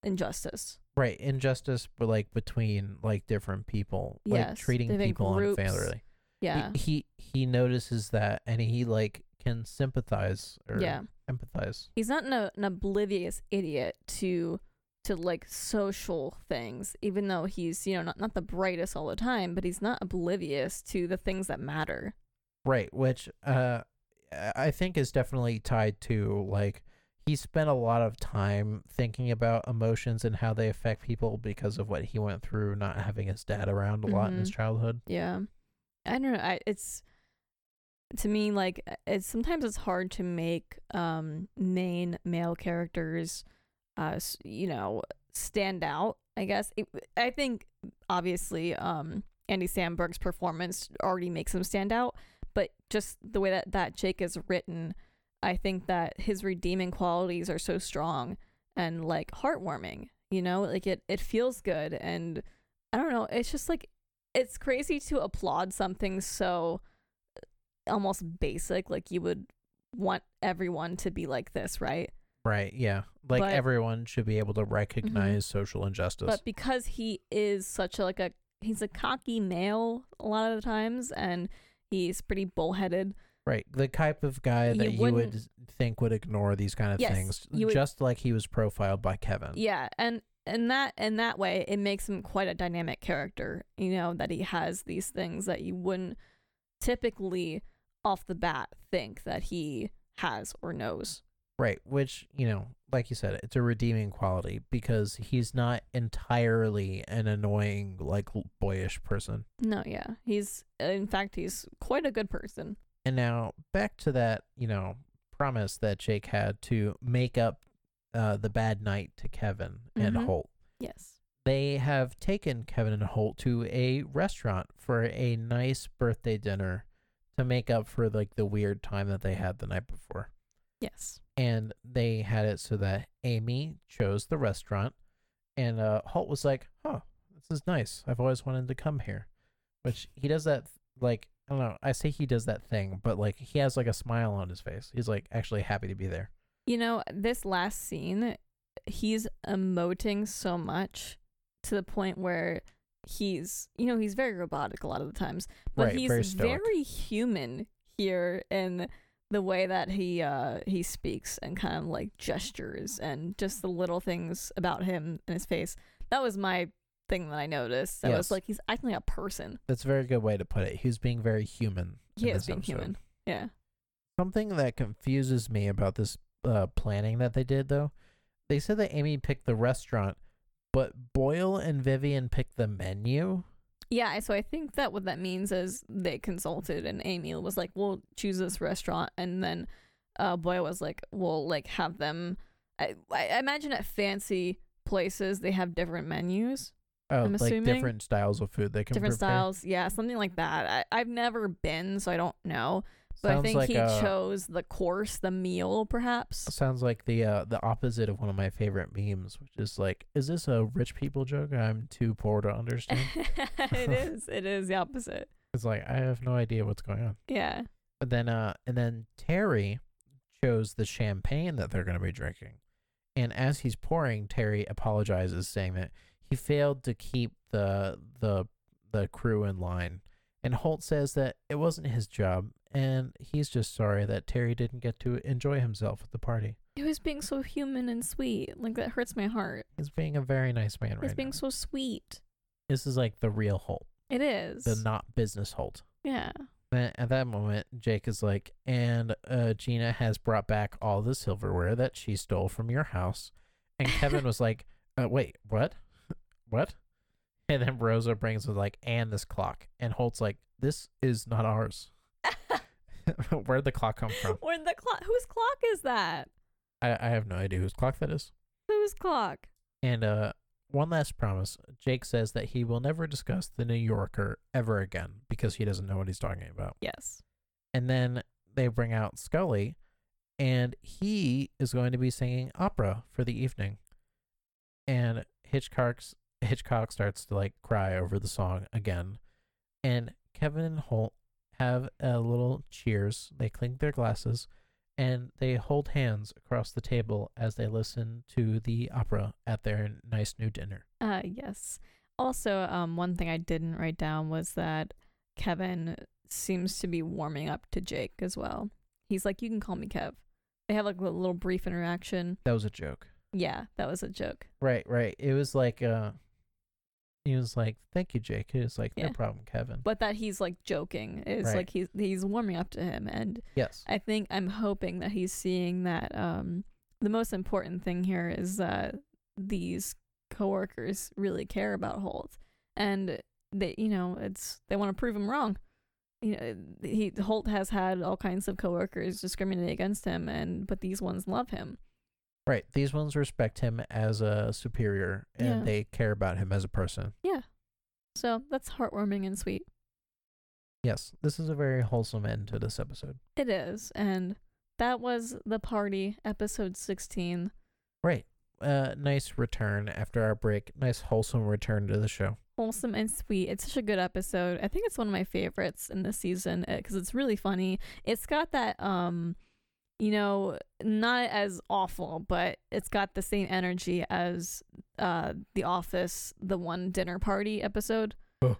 [SPEAKER 2] injustice.
[SPEAKER 1] right, injustice but like between like different people. like
[SPEAKER 2] Yes,
[SPEAKER 1] treating
[SPEAKER 2] different
[SPEAKER 1] people
[SPEAKER 2] groups.
[SPEAKER 1] unfairly. He-
[SPEAKER 2] Yeah.
[SPEAKER 1] He, he notices that and he like can sympathize or
[SPEAKER 2] Yeah.
[SPEAKER 1] empathize.
[SPEAKER 2] He's not an, an oblivious idiot to to like social things, even though he's, you know, not, not the brightest all the time, but he's not oblivious to the things that matter.
[SPEAKER 1] Right, which uh I I think is definitely tied to like he spent a lot of time thinking about emotions and how they affect people because of what he went through not having his dad around a lot in his
[SPEAKER 2] Mhm.
[SPEAKER 1] childhood.
[SPEAKER 2] Yeah. I don't know. I, it's to me like uh, it's sometimes it's hard to make um main male characters uh s- you know stand out, I guess. It, I think obviously um Andy Sandberg's performance already makes him stand out, but just the way that that Jake is written, I think that his redeeming qualities are so strong and like heartwarming, you know? Like it it feels good and I don't know, it's just like it's crazy to applaud something so uh, almost basic like you would want everyone to be like this right
[SPEAKER 1] Right, yeah. Like
[SPEAKER 2] But- Mm-hmm.
[SPEAKER 1] everyone should be able to recognize social injustice.
[SPEAKER 2] but because he is such a like a he's a cocky male a lot of the times and he's pretty bullheaded
[SPEAKER 1] right. The type of guy
[SPEAKER 2] You
[SPEAKER 1] that you, would
[SPEAKER 2] wouldn't-
[SPEAKER 1] think would ignore these kind of
[SPEAKER 2] Yes,
[SPEAKER 1] things.
[SPEAKER 2] you would-
[SPEAKER 1] just like he was profiled by Kevin.
[SPEAKER 2] yeah and and that in that way it makes him quite a dynamic character you know that he has these things that you wouldn't typically off the bat think that he has or knows
[SPEAKER 1] Right, which, you know, like you said, it's a redeeming quality because he's not entirely an annoying, like l- boyish person.
[SPEAKER 2] no yeah he's in fact he's quite a good person
[SPEAKER 1] And now back to that, you know, promise that Jake had to make up uh, the bad night to Kevin and
[SPEAKER 2] Mhm.
[SPEAKER 1] Holt.
[SPEAKER 2] yes
[SPEAKER 1] They have taken Kevin and Holt to a restaurant for a nice birthday dinner to make up for like the weird time that they had the night before.
[SPEAKER 2] Yes.
[SPEAKER 1] and they had it so that Amy chose the restaurant, and uh, Holt was like, "Huh, this is nice. I've always wanted to come here." Which he does that like I don't know. I say he does that thing, but like he has like a smile on his face. He's like actually happy to be there.
[SPEAKER 2] You know, this last scene, he's emoting so much to the point where he's, you know, he's very robotic a lot of the times, but
[SPEAKER 1] Right, very
[SPEAKER 2] he's
[SPEAKER 1] stoic.
[SPEAKER 2] very, human here in the way that he uh he speaks and kind of like gestures and just the little things about him and his face. That was my thing that I noticed. That
[SPEAKER 1] Yes.
[SPEAKER 2] was like he's acting like a person.
[SPEAKER 1] That's a very good way to put it. He's being very human.
[SPEAKER 2] He
[SPEAKER 1] in this
[SPEAKER 2] is being
[SPEAKER 1] episode.
[SPEAKER 2] human. Yeah.
[SPEAKER 1] Something that confuses me about this uh, planning that they did though, they said that Amy picked the restaurant, but Boyle and Vivian picked the menu.
[SPEAKER 2] Yeah, so I think that what that means is they consulted, and Amy was like, "We'll choose this restaurant," and then uh, Boyle was like, "We'll like have them." I, I imagine at fancy places they have different menus,
[SPEAKER 1] Oh,
[SPEAKER 2] I'm
[SPEAKER 1] like
[SPEAKER 2] assuming.
[SPEAKER 1] different styles of food they can
[SPEAKER 2] different
[SPEAKER 1] prepare.
[SPEAKER 2] styles. Yeah, something like that. I, I've never been, so I don't know. But I
[SPEAKER 1] Sounds
[SPEAKER 2] think
[SPEAKER 1] like
[SPEAKER 2] he
[SPEAKER 1] uh,
[SPEAKER 2] chose the course, the meal, perhaps.
[SPEAKER 1] Sounds like the uh, the opposite of one of my favorite memes, which is like, is this a rich people joke? I'm too poor to understand.
[SPEAKER 2] it is. It is the opposite.
[SPEAKER 1] it's like I have no idea what's going on.
[SPEAKER 2] Yeah.
[SPEAKER 1] But then, uh, and then Terry chose the champagne that they're going to be drinking, and as he's pouring, Terry apologizes, saying that he failed to keep the the the crew in line. And Holt says that it wasn't his job, and he's just sorry that Terry didn't get to enjoy himself at the party.
[SPEAKER 2] He was being so human and sweet. Like that hurts my heart.
[SPEAKER 1] He's being a very nice man
[SPEAKER 2] He's
[SPEAKER 1] right
[SPEAKER 2] being
[SPEAKER 1] now.
[SPEAKER 2] so sweet.
[SPEAKER 1] this is like the real Holt,
[SPEAKER 2] It is.
[SPEAKER 1] the not business Holt.
[SPEAKER 2] yeah.
[SPEAKER 1] Then at that moment, Jake is like, and uh, Gina has brought back all the silverware that she stole from your house. And Kevin was like, uh, wait, what? what? And then Rosa brings it like, and this clock. And Holt's like, this is not ours. Where'd the clock come from?
[SPEAKER 2] Where the clock? Whose clock is that?
[SPEAKER 1] I, I have no idea whose clock that is.
[SPEAKER 2] Whose clock?
[SPEAKER 1] And uh, one last promise Jake says that he will never discuss the New Yorker ever again because he doesn't know what he's talking about.
[SPEAKER 2] Yes.
[SPEAKER 1] and then they bring out Scully, and he is going to be singing opera for the evening. And Hitchcock's Hitchcock starts to like cry over the song again, and Kevin and Holt have a little cheers. They clink their glasses, and they hold hands across the table as they listen to the opera at their nice new dinner.
[SPEAKER 2] Uh, yes. Also, um, one thing I didn't write down was that Kevin seems to be warming up to Jake as well. He's like, "You can call me Kev." They have like a little brief interaction.
[SPEAKER 1] That was a joke.
[SPEAKER 2] Yeah, that was a joke.
[SPEAKER 1] Right, right. It was like uh, he was like, "Thank you, Jake." It was like, "No
[SPEAKER 2] Yeah.
[SPEAKER 1] problem, Kevin."
[SPEAKER 2] But that he's like joking is
[SPEAKER 1] Right.
[SPEAKER 2] like he's he's warming up to him, and
[SPEAKER 1] Yes.
[SPEAKER 2] I think I'm hoping that he's seeing that. Um, the most important thing here is that these coworkers really care about Holt, and they, you know, it's they want to prove him wrong. You know, he Holt has had all kinds of coworkers discriminate against him, and but these ones love him.
[SPEAKER 1] Right. These ones respect him as a superior and
[SPEAKER 2] Yeah.
[SPEAKER 1] they care about him as a person.
[SPEAKER 2] So that's heartwarming and sweet.
[SPEAKER 1] Yes, this is a very wholesome end to this episode.
[SPEAKER 2] It is, and that was the party episode sixteen.
[SPEAKER 1] Right. Uh, nice return after our break. Nice wholesome return to the show.
[SPEAKER 2] wholesome and sweet. It's such a good episode. I think it's one of my favorites in this season because it's really funny. It's got that um you know, not as awful, but it's got the same energy as uh The Office, the one dinner party episode
[SPEAKER 1] Oh.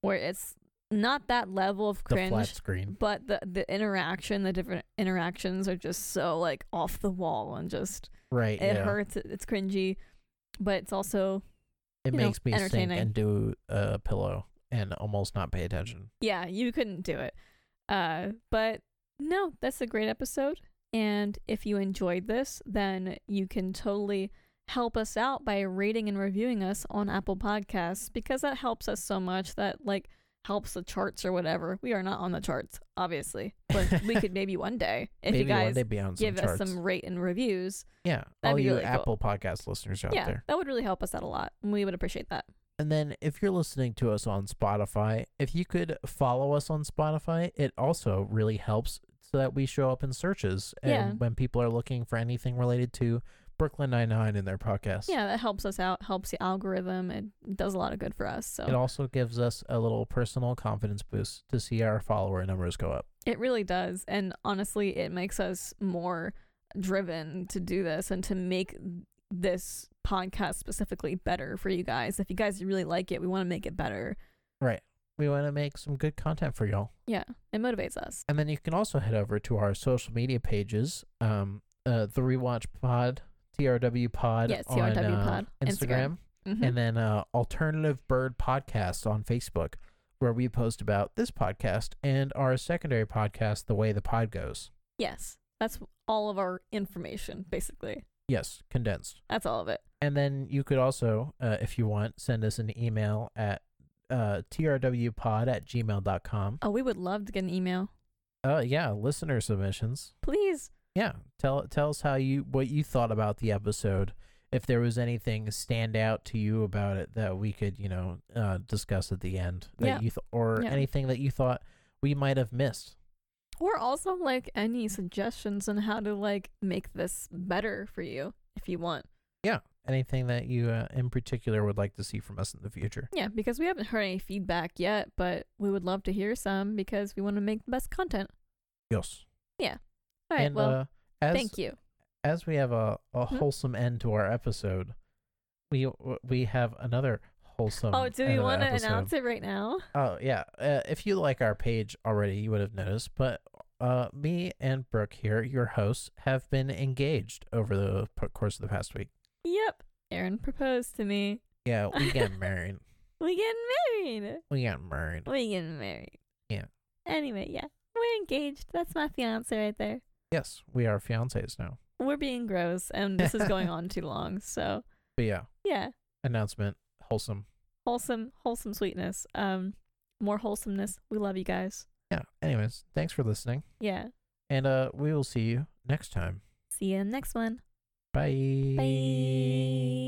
[SPEAKER 2] where it's not that level of
[SPEAKER 1] The flat
[SPEAKER 2] cringe.
[SPEAKER 1] screen.
[SPEAKER 2] But the the interaction, the different interactions are just so like off the wall and just
[SPEAKER 1] Right.
[SPEAKER 2] it
[SPEAKER 1] yeah.
[SPEAKER 2] hurts. it- It's cringy, but it's also
[SPEAKER 1] It
[SPEAKER 2] you know,
[SPEAKER 1] makes me sink
[SPEAKER 2] entertaining.
[SPEAKER 1] and do a pillow and almost not pay attention.
[SPEAKER 2] yeah, you couldn't do it. Uh, but no, that's a great episode. And if you enjoyed this, then you can totally help us out by rating and reviewing us on Apple Podcasts because that helps us so much. That like helps the charts or whatever. We are not on the charts, obviously, but we could maybe one day if
[SPEAKER 1] Maybe
[SPEAKER 2] you
[SPEAKER 1] one
[SPEAKER 2] guys
[SPEAKER 1] day be on some
[SPEAKER 2] give
[SPEAKER 1] charts.
[SPEAKER 2] us some rate and reviews.
[SPEAKER 1] yeah.
[SPEAKER 2] That'd
[SPEAKER 1] All
[SPEAKER 2] be
[SPEAKER 1] you
[SPEAKER 2] really cool.
[SPEAKER 1] Apple Podcast listeners out
[SPEAKER 2] yeah,
[SPEAKER 1] there.
[SPEAKER 2] that would really help us out a lot. and We would appreciate that.
[SPEAKER 1] And then if you're listening to us on Spotify, if you could follow us on Spotify, it also really helps so that we show up in searches and
[SPEAKER 2] Yeah.
[SPEAKER 1] when people are looking for anything related to Brooklyn Nine Nine in their podcast.
[SPEAKER 2] Yeah, that helps us out. Helps the algorithm. It does a lot of good for us. So
[SPEAKER 1] It also gives us a little personal confidence boost to see our follower numbers go up.
[SPEAKER 2] It really does. And honestly, it makes us more driven to do this and to make this podcast specifically better for you guys. If you guys really like it, we want to make it better.
[SPEAKER 1] We want to make some good content for y'all.
[SPEAKER 2] Yeah, it motivates us.
[SPEAKER 1] And then you can also head over to our social media pages, um, uh, the Rewatch Pod, TRW Pod
[SPEAKER 2] Yes,
[SPEAKER 1] on
[SPEAKER 2] TRW
[SPEAKER 1] uh,
[SPEAKER 2] Pod,
[SPEAKER 1] Instagram.
[SPEAKER 2] Instagram. Mhm.
[SPEAKER 1] and then uh, Alternative Bird Podcast on Facebook, where we post about this podcast and our secondary podcast, The Way the Pod Goes.
[SPEAKER 2] yes, that's all of our information, basically.
[SPEAKER 1] Yes, condensed.
[SPEAKER 2] That's all of it.
[SPEAKER 1] And then you could also, uh, if you want, send us an email at uh, trwpod at gmail.com.
[SPEAKER 2] Oh, we would love to get an email.
[SPEAKER 1] Uh, yeah, listener submissions.
[SPEAKER 2] Please.
[SPEAKER 1] Yeah, tell tell us how you what you thought about the episode. If there was anything stand out to you about it that we could, you know, uh, discuss at the end, that
[SPEAKER 2] Yeah.
[SPEAKER 1] you th- or
[SPEAKER 2] Yeah.
[SPEAKER 1] anything that you thought we might have missed.
[SPEAKER 2] Or also, like, any suggestions on how to, like, make this better for you if you want.
[SPEAKER 1] yeah anything that you uh, in particular would like to see from us in the future
[SPEAKER 2] Yeah, because we haven't heard any feedback yet, but we would love to hear some because we want to make the best content.
[SPEAKER 1] yes
[SPEAKER 2] All right,
[SPEAKER 1] and
[SPEAKER 2] well,
[SPEAKER 1] uh, as
[SPEAKER 2] thank you.
[SPEAKER 1] as we have a, a
[SPEAKER 2] Hmm?
[SPEAKER 1] wholesome end to our episode we we have another wholesome.
[SPEAKER 2] oh, do
[SPEAKER 1] end
[SPEAKER 2] we
[SPEAKER 1] of the
[SPEAKER 2] want to
[SPEAKER 1] episode.
[SPEAKER 2] announce it right now?
[SPEAKER 1] Oh yeah. Uh, if you like our page already, you would have noticed. But uh, me and Brooke here, your hosts, have been engaged over the p- course of the past week.
[SPEAKER 2] Yep. Aaron proposed to me.
[SPEAKER 1] Yeah, we get married.
[SPEAKER 2] We getting married.
[SPEAKER 1] We got married.
[SPEAKER 2] We getting married.
[SPEAKER 1] Yeah.
[SPEAKER 2] Anyway, yeah. We're engaged. That's my fiance right there.
[SPEAKER 1] Yes, we are fiancés now.
[SPEAKER 2] We're being gross and this is going on too long. So
[SPEAKER 1] But yeah,
[SPEAKER 2] yeah.
[SPEAKER 1] announcement wholesome.
[SPEAKER 2] Wholesome wholesome sweetness. Um more wholesomeness. We love you guys.
[SPEAKER 1] Yeah. Anyways, thanks for listening,
[SPEAKER 2] Yeah.
[SPEAKER 1] and uh, we will see you next time.
[SPEAKER 2] See you in the next one.
[SPEAKER 1] Bye.
[SPEAKER 2] Bye.